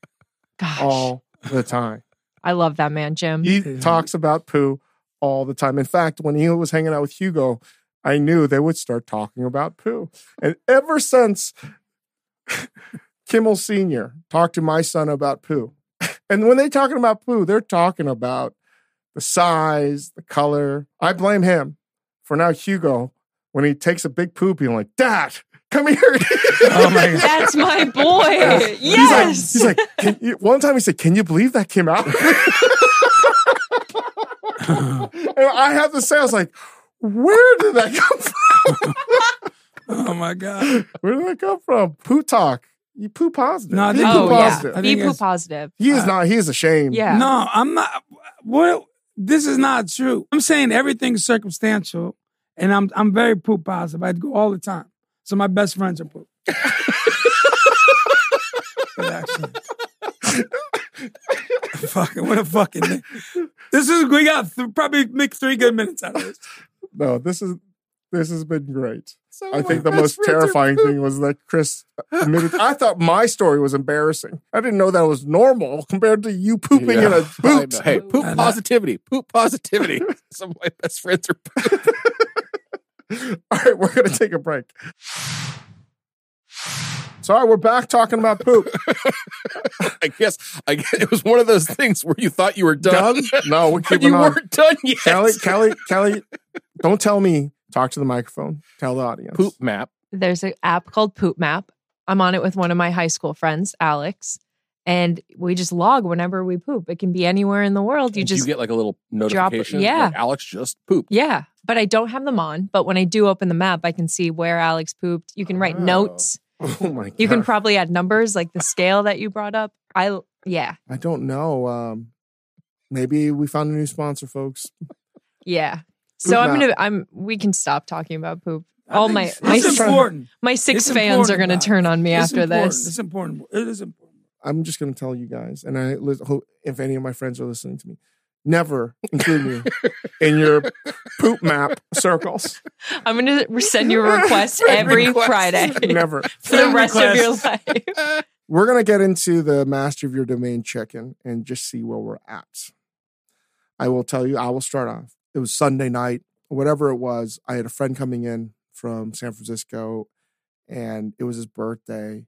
S3: Gosh,
S1: all the time.
S3: I love that man, Jim.
S1: He talks about poo all the time. In fact, when he was hanging out with Hugo, I knew they would start talking about poo. And ever since *laughs* Kimmel Sr. talked to my son about poo. *laughs* And when they're talking about poo, they're talking about the size, the color. I blame him for now, Hugo, when he takes a big poop, he's like, Dad, come here.
S2: Oh
S1: *laughs*
S2: my God.
S3: That's my boy. yes.
S1: He's like, he's like can you, one time he said, Can you believe that came out? *laughs* and I have to say, I was like, Where did that come from?
S2: Oh my god.
S1: Where did that come from? Poo talk. You poo positive.
S2: No, I
S1: Be
S2: think-
S1: poo
S3: oh
S1: positive.
S3: yeah,
S2: I
S3: be
S2: think
S3: poo
S2: it's-
S3: positive.
S1: He is not, he is ashamed.
S3: Yeah.
S2: No, I'm not. What? This is not true. I'm saying everything's circumstantial, and I'm I'm very poop positive. I go all the time. So my best friends are poop. But actually- *laughs* fucking what a fucking thing. This is we got th- probably make three good minutes out of this.
S1: No, this is this has been great.
S4: So
S1: I
S4: my
S1: think the
S4: best
S1: most
S4: friends are
S1: terrifying
S4: poop.
S1: thing was that Chris admitted. I thought my story was embarrassing. I didn't know that was normal compared to you pooping in
S2: *laughs*
S4: Yeah.
S1: a boot.
S4: Hey, poop
S2: I know.
S4: positivity. Poop
S1: *laughs*
S4: positivity. *laughs* Some of my best friends are poop.
S1: *laughs* All right, we're going to take a break. Sorry, we're back talking about
S4: *laughs*
S1: poop.
S4: I guess I guess it was one of those things where you thought you were done,
S1: No, we're
S4: *laughs* but
S1: keeping
S4: you
S1: on.
S4: weren't done yet.
S1: Kelly, Kelly, Kelly, don't tell me. Talk to the microphone. Tell the audience.
S4: Poop map.
S3: There's an app called Poop Map. I'm on it with one of my high school friends, Alex, and we just log whenever we poop. It can be anywhere in the world. You
S4: And do
S3: just
S4: you get like a little notification.
S3: yeah.
S4: like, Alex just pooped.
S3: yeah. But I don't have them on. But when I do open the map, I can see where Alex pooped. You can write
S4: Oh.
S3: notes.
S1: Oh
S4: *laughs*
S1: my god.
S3: You can probably add numbers like the scale that you brought up. I yeah
S1: I don't know. Um, maybe we found a new sponsor, folks.
S3: yeah.
S1: Poop
S3: So I'm
S1: map.
S3: gonna I'm we can stop talking about poop.
S2: I
S3: All
S2: think
S3: my-
S2: it's-
S3: my
S2: it's
S1: son-
S2: important.
S3: My six
S2: It's
S3: fans are
S2: important,
S3: gonna
S2: Alex.
S3: turn on me
S2: It's
S3: after
S2: important.
S3: this.
S2: It's important. It is important.
S1: I'm just going to tell you guys, and I li- hope if any of my friends are listening to me, never include me
S4: *laughs*
S1: in your poop map circles.
S3: I'm gonna re- send you
S1: *laughs*
S3: a request every
S4: Request.
S3: Friday
S1: Never.
S3: for the
S2: Friend
S3: rest of your
S2: request.
S3: life.
S1: We're going to get into the master of your domain check-in and just see where we're at. I will tell you, I will start off. It was Sunday night, whatever it was. I had a friend coming in from San Francisco and it was his birthday.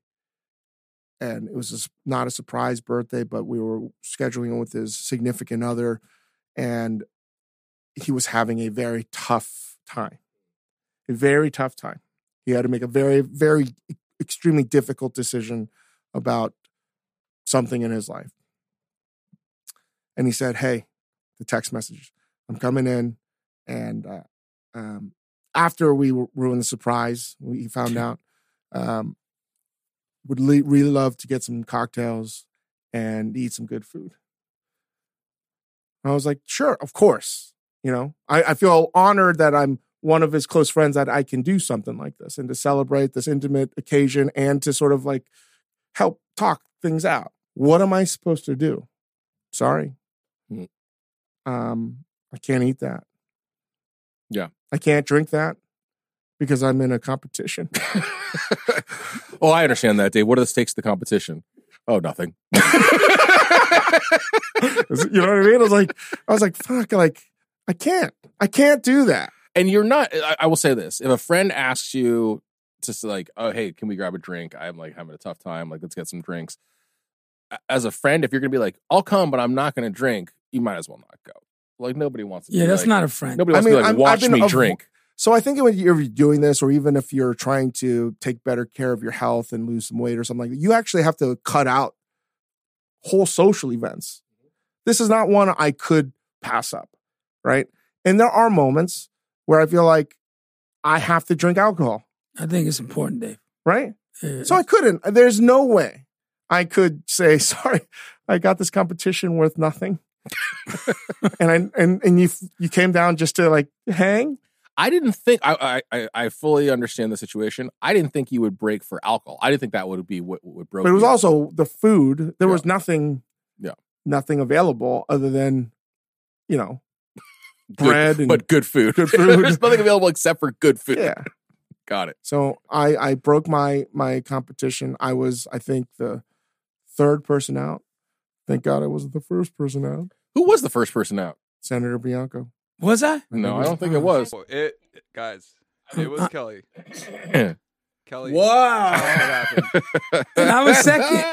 S1: And it was just not a surprise birthday, but we were scheduling it with his significant other and he was having a very tough time. A very tough time. He had to make a very, very extremely difficult decision about something in his life. And he said, Hey, the text message, I'm coming in. And uh, um, after we ru- ruined the surprise, we he found out, um, would le- really love to get some cocktails and eat some good food. And I was like, Sure, of course. You know, I, I feel honored that I'm one of his close friends that I can do something like this and to celebrate this intimate occasion and to sort of like help talk things out. What am I supposed to do? Sorry.
S4: Hmm.
S1: Um, I can't eat that.
S4: Yeah.
S1: I can't drink that because I'm in a competition. *laughs*
S4: *laughs* oh, I understand that, Dave. What are the stakes of the competition? Oh, nothing. *laughs*
S1: you know what I mean? I was like, I was like, fuck, like, I can't. I can't do that.
S4: and you're not I, I will say this if a friend asks you just like oh hey can we grab a drink i'm like having a tough time like let's get some drinks A- as a friend if you're gonna be like i'll come but i'm not gonna drink you might as well not go like nobody wants to
S2: Yeah,
S4: be
S2: that's
S4: like-
S2: not a friend.
S4: nobody
S1: I
S4: wants
S1: mean,
S4: to be like
S1: I'm- I've
S4: watch
S1: been
S4: me
S1: avo-
S4: drink
S1: So I think when you're doing this, or even if you're trying to take better care of your health and lose some weight or something like that, you actually have to cut out whole social events. This is not one I could pass up, right? And there are moments where I feel like I have to drink alcohol,
S2: I think it's important, Dave. Uh,
S1: right?
S2: Yeah.
S1: So I couldn't. There's no way I could say *laughs* sorry. I got this competition worth nothing, *laughs* and I and and you you came down just to like hang.
S4: i didn't think I, I I- i fully understand the situation i didn't think you would break for alcohol i didn't think that would be what, what would broke
S1: But it was
S4: you.
S1: also the food. There
S4: Yeah.
S1: was nothing,
S4: Yeah.
S1: nothing available other than, you know,
S4: Good-
S1: bread and
S4: but good food *laughs*
S1: Good food.
S4: there's nothing available except for good food
S1: yeah.
S4: got it
S1: So I I broke my my competition. I was I think the third person out. Thank God I wasn't the first person out.
S4: who was the first person out
S1: Senator Bianco.
S2: was I?
S4: no
S1: think
S4: i
S1: it
S4: don't think it was
S6: Oh, it, it- guys, it was
S2: Uh,
S6: Kelly.
S4: *clears throat*
S6: Kelly.
S4: *laughs*
S2: Wow. And I was
S4: second.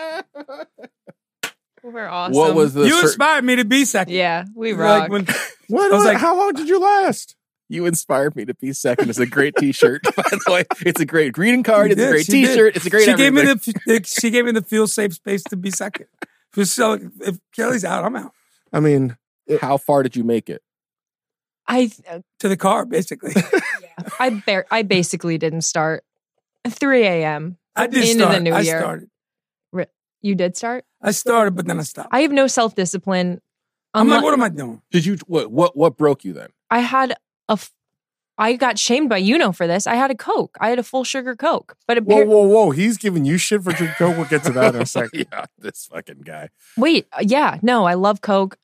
S3: We're awesome.
S4: What was the
S2: you
S4: cer-
S2: inspired me to be second.
S3: Yeah, we rock.
S2: Like when
S1: What?
S2: I was
S1: what-
S2: like-
S1: how long did you last?
S4: you inspired me to be second. It's a great *laughs* T-shirt, by the way. It's a great greeting card.
S2: She
S4: It's a
S2: did,
S4: great
S2: she did.
S4: T-shirt. It's a great.
S2: she gave me
S4: everything.
S2: the, the she gave me the feel safe space to be second. If, it's so- if Kelly's out, I'm out
S1: I mean,
S4: How far did you make it?
S3: I
S2: to the car
S4: *laughs*
S2: basically.
S3: I bar- I basically didn't start. 3 a.m.
S2: I did
S3: Into the
S2: start.
S3: new
S2: I
S3: year.
S2: started.
S3: You did start.
S2: I started, but then I stopped.
S3: I have no self discipline.
S2: I'm like, what am I doing?
S4: Did you what what what broke you then?
S3: I had a. F- I got shamed by Uno for this. I had a Coke. I had a full sugar Coke. But
S1: whoa,
S3: appar-
S1: whoa, whoa! He's giving you shit for drinking coke. We'll get to that in
S4: *laughs*
S1: a second.
S4: yeah, this fucking guy.
S3: wait, uh, yeah, no, I love Coke.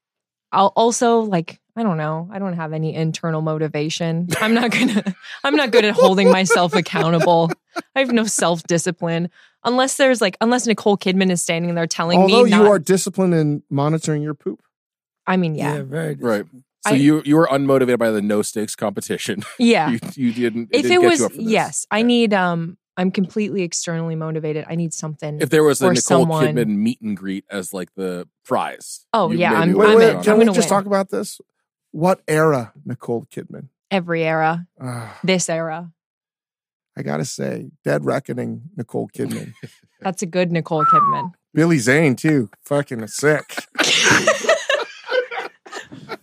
S3: I'll also like. I don't know. I don't have any internal motivation. I'm not gonna. *laughs* I'm not good at holding myself accountable. I have no self discipline. Unless there's like, unless Nicole Kidman is standing there telling
S1: Although
S3: me,
S1: you
S3: not,
S1: are disciplined in monitoring your poop.
S3: I mean, yeah,
S2: very dis-
S4: Right. So
S3: I-
S4: you you were unmotivated by the no stakes competition.
S3: yeah.
S4: You, you didn't.
S3: if
S4: didn't
S3: it
S4: get
S3: was
S4: you up for this.
S3: yes i
S4: Yeah.
S3: need um i'm completely externally motivated i need something
S4: If there was a
S3: Or
S4: Nicole
S3: someone-
S4: Kidman meet and greet as like the prize.
S3: Oh,
S4: you
S3: yeah,
S4: maybe
S3: I'm-
S4: would
S1: Wait, wait,
S3: I'm
S4: have been
S3: in.
S4: on
S1: can
S3: I'm
S1: we
S2: *laughs*
S3: gonna
S1: just
S3: win.
S1: talk about this? What era, Nicole Kidman?
S3: every era
S1: Ah.
S3: this era
S1: I gotta say, Dead Reckoning, Nicole Kidman.
S4: *laughs*
S3: that's a good nicole kidman
S1: Billy Zane too. Fucking sick.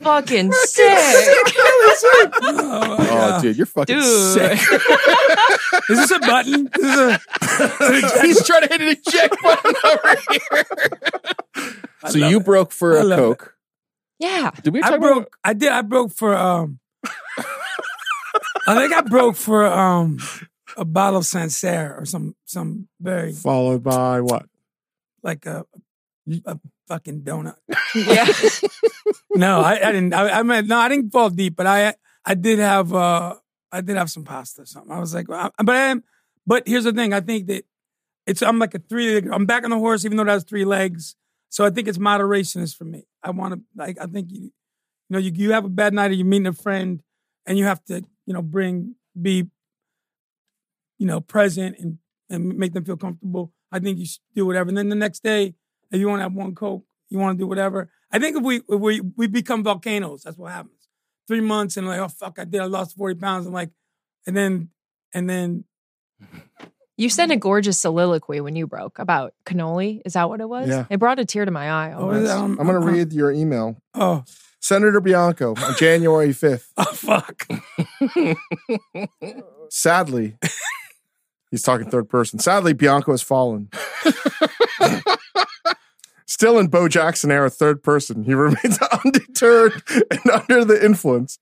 S3: Fucking sick.
S2: *laughs* Oh, my
S4: Oh,
S2: God.
S4: dude, you're fucking
S2: *laughs*
S3: Dude.
S4: sick.
S2: Is this a button? Is this a-
S4: *laughs* He's trying to hit an eject *laughs* button over here.
S2: I
S4: so
S2: love
S4: you
S2: it.
S4: broke for
S2: I
S4: a
S2: love
S4: Coke.
S2: *laughs*
S4: *laughs*
S3: Yeah.
S4: Did we talk
S2: I
S4: about-
S2: broke. I did. I broke for. um I think I broke for um a bottle of Sancerre or some some very
S1: Followed by what?
S2: like a a fucking donut.
S3: Yeah.
S2: No, I, I didn't. I, I mean, no, I didn't fall deep, but I I did have uh I did have some pasta or something. I was like, well, I- but I am. But here's the thing. I think that it's I'm like a three. I'm back on the horse, even though that was three legs. So I think it's moderation is for me. I want to like I think you you know you you have a bad night or you're meeting a friend and you have to you know bring be you know present and and make them feel comfortable. I think you should do whatever. And then the next day, if you want to have one coke, you want to do whatever. I think if we if we we become volcanoes, that's what happens. Three months and like, oh fuck, I did, I lost forty pounds, and like, and then and then
S3: You sent a gorgeous soliloquy when you broke about cannoli. Is that what it was?
S1: Yeah.
S3: It brought a tear to my eye.
S2: Oh, is
S3: almost.
S2: that on-
S1: I'm gonna
S2: uh,
S1: read your email.
S2: oh *laughs*
S1: Senator Bianco on January 5th.
S2: oh fuck
S1: Sadly, he's talking third person. Sadly, Bianco has fallen. Still in Bo Jackson era, third person, he remains *laughs* undeterred and under the influence.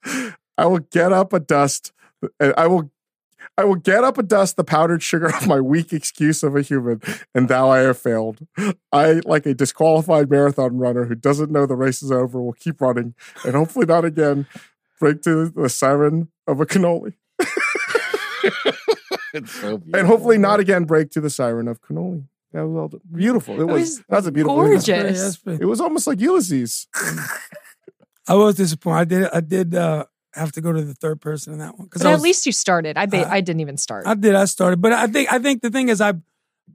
S1: I will get up a dust. I will. I will get up a dust the powdered sugar of my weak excuse of a human, and thou I have failed. I, like a disqualified marathon runner who doesn't know the race is over, will keep running and hopefully not again break to the siren of a cannoli
S4: It's so
S1: and
S4: beautiful.
S1: hopefully not again break to the siren of cannoli. That was all beautiful. It was,
S3: was
S1: that was a beautiful. email.
S3: gorgeous.
S2: Yeah, that's pretty-
S1: It was almost like Ulysses.
S2: I was disappointed. I did I did uh, have to go to the third person in that one because
S3: But at least you started. I ba-
S2: Uh,
S3: I didn't even start.
S2: I did. I started, but I think I think the thing is, I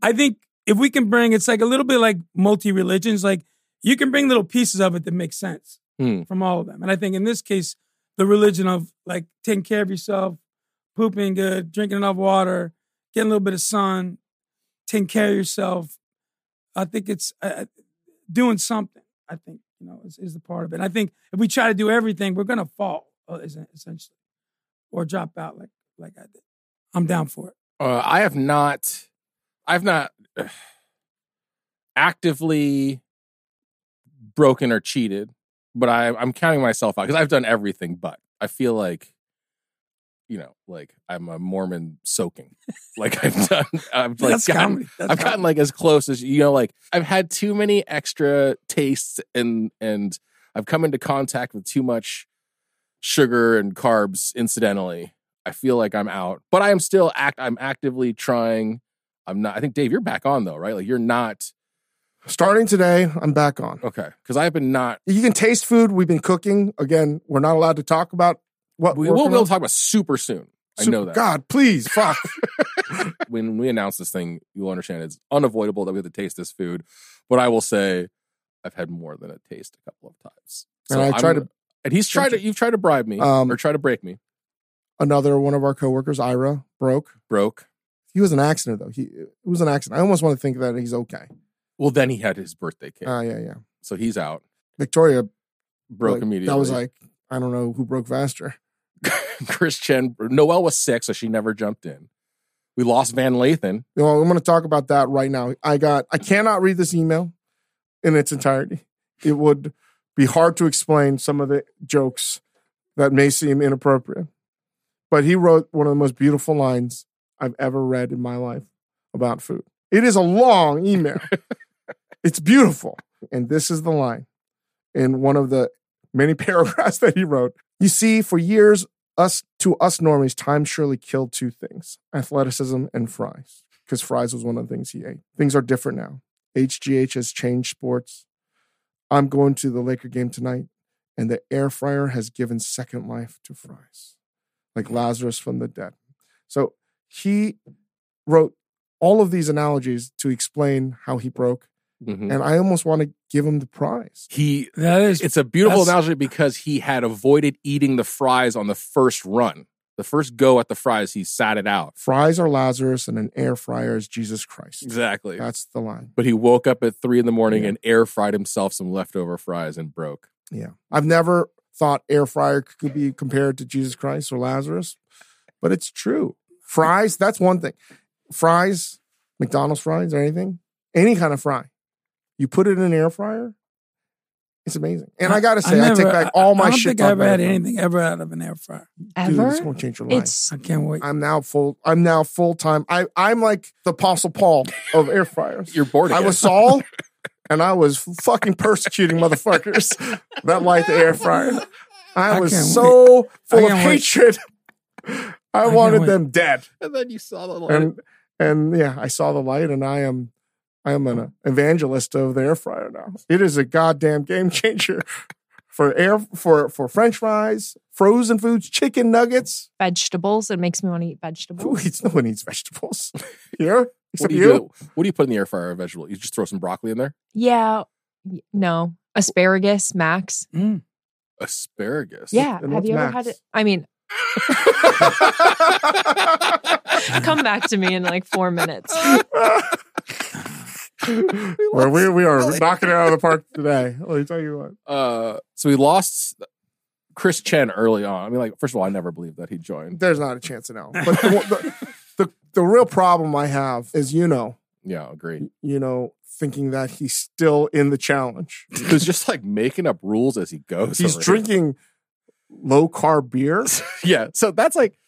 S2: I think if we can bring, it's like a little bit like multi religions. Like you can bring little pieces of it that make sense
S4: Hmm.
S2: from all of them. And I think in this case, the religion of like taking care of yourself, pooping good, drinking enough water, getting a little bit of sun, taking care of yourself. I think it's uh, doing something. I think you know is, is the part of it. And I think if we try to do everything, we're gonna fall uh, essen- essentially, or drop out like like I did. I'm down for it.
S4: Uh, I have not. I've not ugh, actively broken or cheated, but I, I'm counting myself out because I've done everything. But I feel like, you know, like I'm a Mormon soaking. like I've done. I've like
S2: That's
S4: gotten-
S2: comedy. That's
S4: I've gotten
S2: comedy.
S4: like as close as you know, like I've had too many extra tastes and and I've come into contact with too much sugar and carbs incidentally. I feel like I'm out, but I am still act. I'm actively trying. I'm not. I think Dave, you're back on though, right? Like you're not
S1: Starting today, I'm back on.
S4: okay because I've been not.
S1: You can taste food. We've been cooking. Again, we're not allowed to talk about what
S4: We
S1: we're
S4: will
S1: working
S4: we'll
S1: on.
S4: talk about super soon. I
S1: Super-
S4: know that.
S1: God, please,
S4: *laughs*
S1: fuck.
S4: when we announce this thing, you'll understand it's unavoidable that we have to taste this food. But I will say, I've had more than a taste a couple of times.
S1: And I
S4: I'm-
S1: tried to-
S4: and he's tried to. You've tried to bribe me
S1: Um,
S4: or try to break me.
S1: Another one of our coworkers, Ira, broke.
S4: Broke.
S1: He was an accident though. He it was an accident. I almost want to think that he's okay.
S4: Well, then he had his birthday cake,
S1: Ah, yeah, yeah.
S4: so he's out.
S1: Victoria
S4: Broke
S1: like,
S4: immediately.
S1: That was like I don't know who broke faster.
S4: *laughs* Chris Chen. Noelle was sick, so she never jumped in. We lost Van Lathan.
S1: You know, I'm going to talk about that right now. I got, I cannot read this email in its entirety. It would be hard to explain some of the jokes that may seem inappropriate. But he wrote one of the most beautiful lines I've ever read in my life about food. It is a long email, it's beautiful. And this is the line in one of the many *laughs* paragraphs that he wrote. You see, for years, us to us normies, time surely killed two things athleticism and fries because fries was one of the things he ate. Things are different now. HGH has changed sports. I'm going to the Laker game tonight, and the air fryer has given second life to fries, like Lazarus from the dead. So he wrote all of these analogies to explain how he broke,
S4: Mhm.
S1: and I almost want to give him the prize.
S4: He.
S2: That is
S4: It's a beautiful
S2: That's-
S4: analogy because he had avoided eating the fries on the first run. The first go at the fries, he sat it out.
S1: Fries are Lazarus and an air fryer is Jesus Christ.
S4: Exactly.
S1: That's the line.
S4: But he woke up at three in the morning
S1: Yeah.
S4: and air fried himself some leftover fries and broke.
S1: Yeah. I've never thought air fryer could be compared to Jesus Christ or Lazarus, but it's true. Fries, that's one thing. Fries, McDonald's fries or anything, any kind of fry. You put it in an air fryer, it's amazing. And I, got to say, I, take back all my
S2: I don't
S1: shit.
S2: think I ever
S1: talking
S2: had
S1: about-
S2: anything ever out of an air fryer.
S1: Dude,
S3: Ever?
S1: it's going to change your life.
S3: It's
S2: I can't
S4: *laughs*
S2: wait.
S1: I'm now full. I'm now full time. I I'm like the Apostle Paul of air fryers.
S4: You're bored
S1: I
S4: again. *laughs*
S1: was Saul, and I was fucking persecuting motherfuckers
S4: *laughs*
S1: that liked the air fryer. I,
S2: I
S1: was
S2: can't
S1: so full of
S2: can't wait.
S1: hatred. I,
S2: can't
S1: wanted
S2: wait.
S1: them dead.
S4: and then you saw the light.
S1: And and yeah, I saw the light, and I am I am an evangelist of the air fryer now. It is a goddamn game changer for air for for French fries, frozen foods, chicken nuggets.
S3: vegetables. It makes me want to eat
S1: Who
S3: vegetables.
S1: eats? No one eats vegetables. *laughs* Here,
S4: what,
S1: except
S4: do you
S1: you.
S4: Do? what do you put in the air fryer? A vegetable? You just throw some broccoli in there?
S3: Yeah. Y- No. Asparagus, Max.
S2: Mm.
S4: Asparagus.
S3: Yeah. *laughs*
S1: and
S3: Have
S1: what's
S3: you ever
S1: Max?
S3: had it? I mean, *laughs* come back to me in like four minutes.
S1: Well, we, we are knocking it out of the park *laughs* today. Let me tell you what.
S4: *laughs* Uh, so we lost Chris Chen early on. I mean, like, first of all, I never believed that he joined.
S1: There's not a chance *laughs* in hell. But the, the, the, the real problem I have is, you know,
S4: Yeah, agree.
S1: you know, thinking that he's still in the challenge.
S4: He was just like making up rules as he goes.
S1: He's
S4: over here.
S1: drinking low carb *laughs* beer.
S4: Yeah. So that's like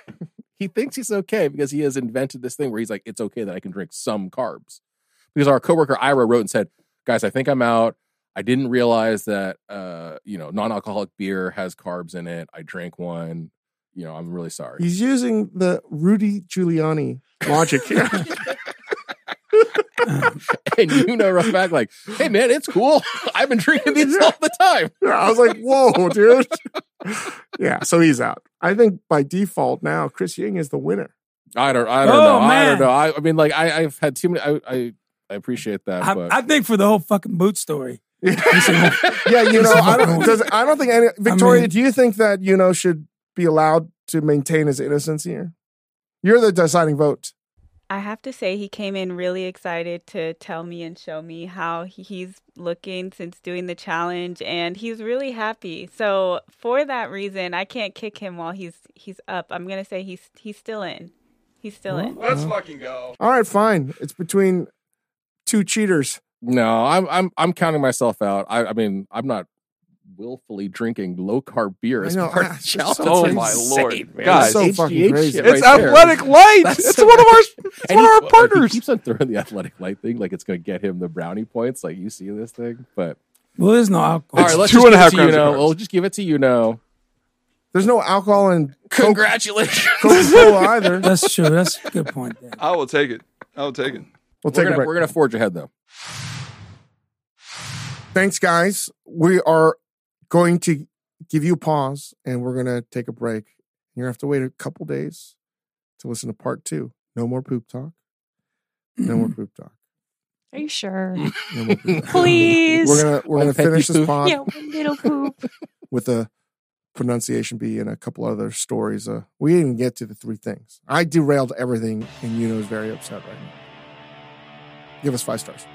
S4: *laughs* he thinks he's okay because he has invented this thing where he's like, it's okay that I can drink some carbs. Because our coworker Ira wrote and said, guys, I think I'm out. I didn't realize that uh, you know, non-alcoholic beer has carbs in it. I drank one. You know, I'm really sorry.
S1: He's using the Rudy Giuliani logic *laughs* here.
S4: *laughs*
S2: Uh,
S4: and you know right back, like, hey man, it's cool. *laughs* I've been drinking these all the time.
S1: I was like, whoa, dude. *laughs* yeah, so he's out. I think by default now, Chris Ying is the winner.
S4: I don't I don't
S2: Oh,
S4: know. I
S2: man.
S4: don't know. I, I mean, like I, I've had too many I I, I appreciate that, but
S2: I, I think for the whole fucking boot story.
S1: yeah, you know, I don't. Does, I don't think any Victoria.
S2: mean-
S1: do you think that you know should be allowed to maintain his innocence here? You're the deciding vote.
S7: I have to say, he came in really excited to tell me and show me how he- he's looking since doing the challenge, and he's really happy. So for that reason, I can't kick him while he's he's up. I'm gonna say he's he's still in. He's still in.
S6: Let's fucking go.
S1: All right, fine. It's between two cheaters.
S4: No, I'm I'm I'm counting myself out. I, I mean, I'm not willfully drinking low carb beer as
S1: I know,
S4: *laughs* part
S1: I-
S4: of the challenge.
S1: so Oh
S6: my insane, lord. man. Guys,
S4: guys!
S1: so fucking crazy.
S6: It's athletic light. it's one of *laughs* our it's one of our partners.
S4: He keeps on throwing the athletic light thing like it's going to get him the brownie points. Like you see this thing, but
S2: Well, there's no alcohol.
S6: It's
S4: let's
S6: two
S4: just
S6: and a
S4: give it
S6: half
S4: to
S6: grams of
S4: Uno.
S6: carbs.
S4: We'll just give it to you know.
S1: There's no alcohol in
S4: Congratulations! *laughs*
S1: Coca Cola either.
S2: That's true. That's a good point. There.
S6: I will take it. I will take it.
S1: We'll
S4: we're
S1: take a
S4: gonna,
S1: break.
S4: we're gonna forge ahead though.
S1: Thanks, guys. We are going to give you a pause and we're going to take a break. You're going to have to wait a couple days to listen to part two. No more poop talk. No more poop talk.
S3: Are you sure?
S1: No more poop talk.
S3: Please.
S1: We're gonna we're
S4: One
S1: gonna
S4: pecky
S1: finish this
S4: poop.
S1: pod
S3: yeah, one little poop.
S1: with a pronunciation bee and a couple other stories. Uh, we didn't even get to the three things. I derailed everything, and Yuno's very upset right now. Give us five stars.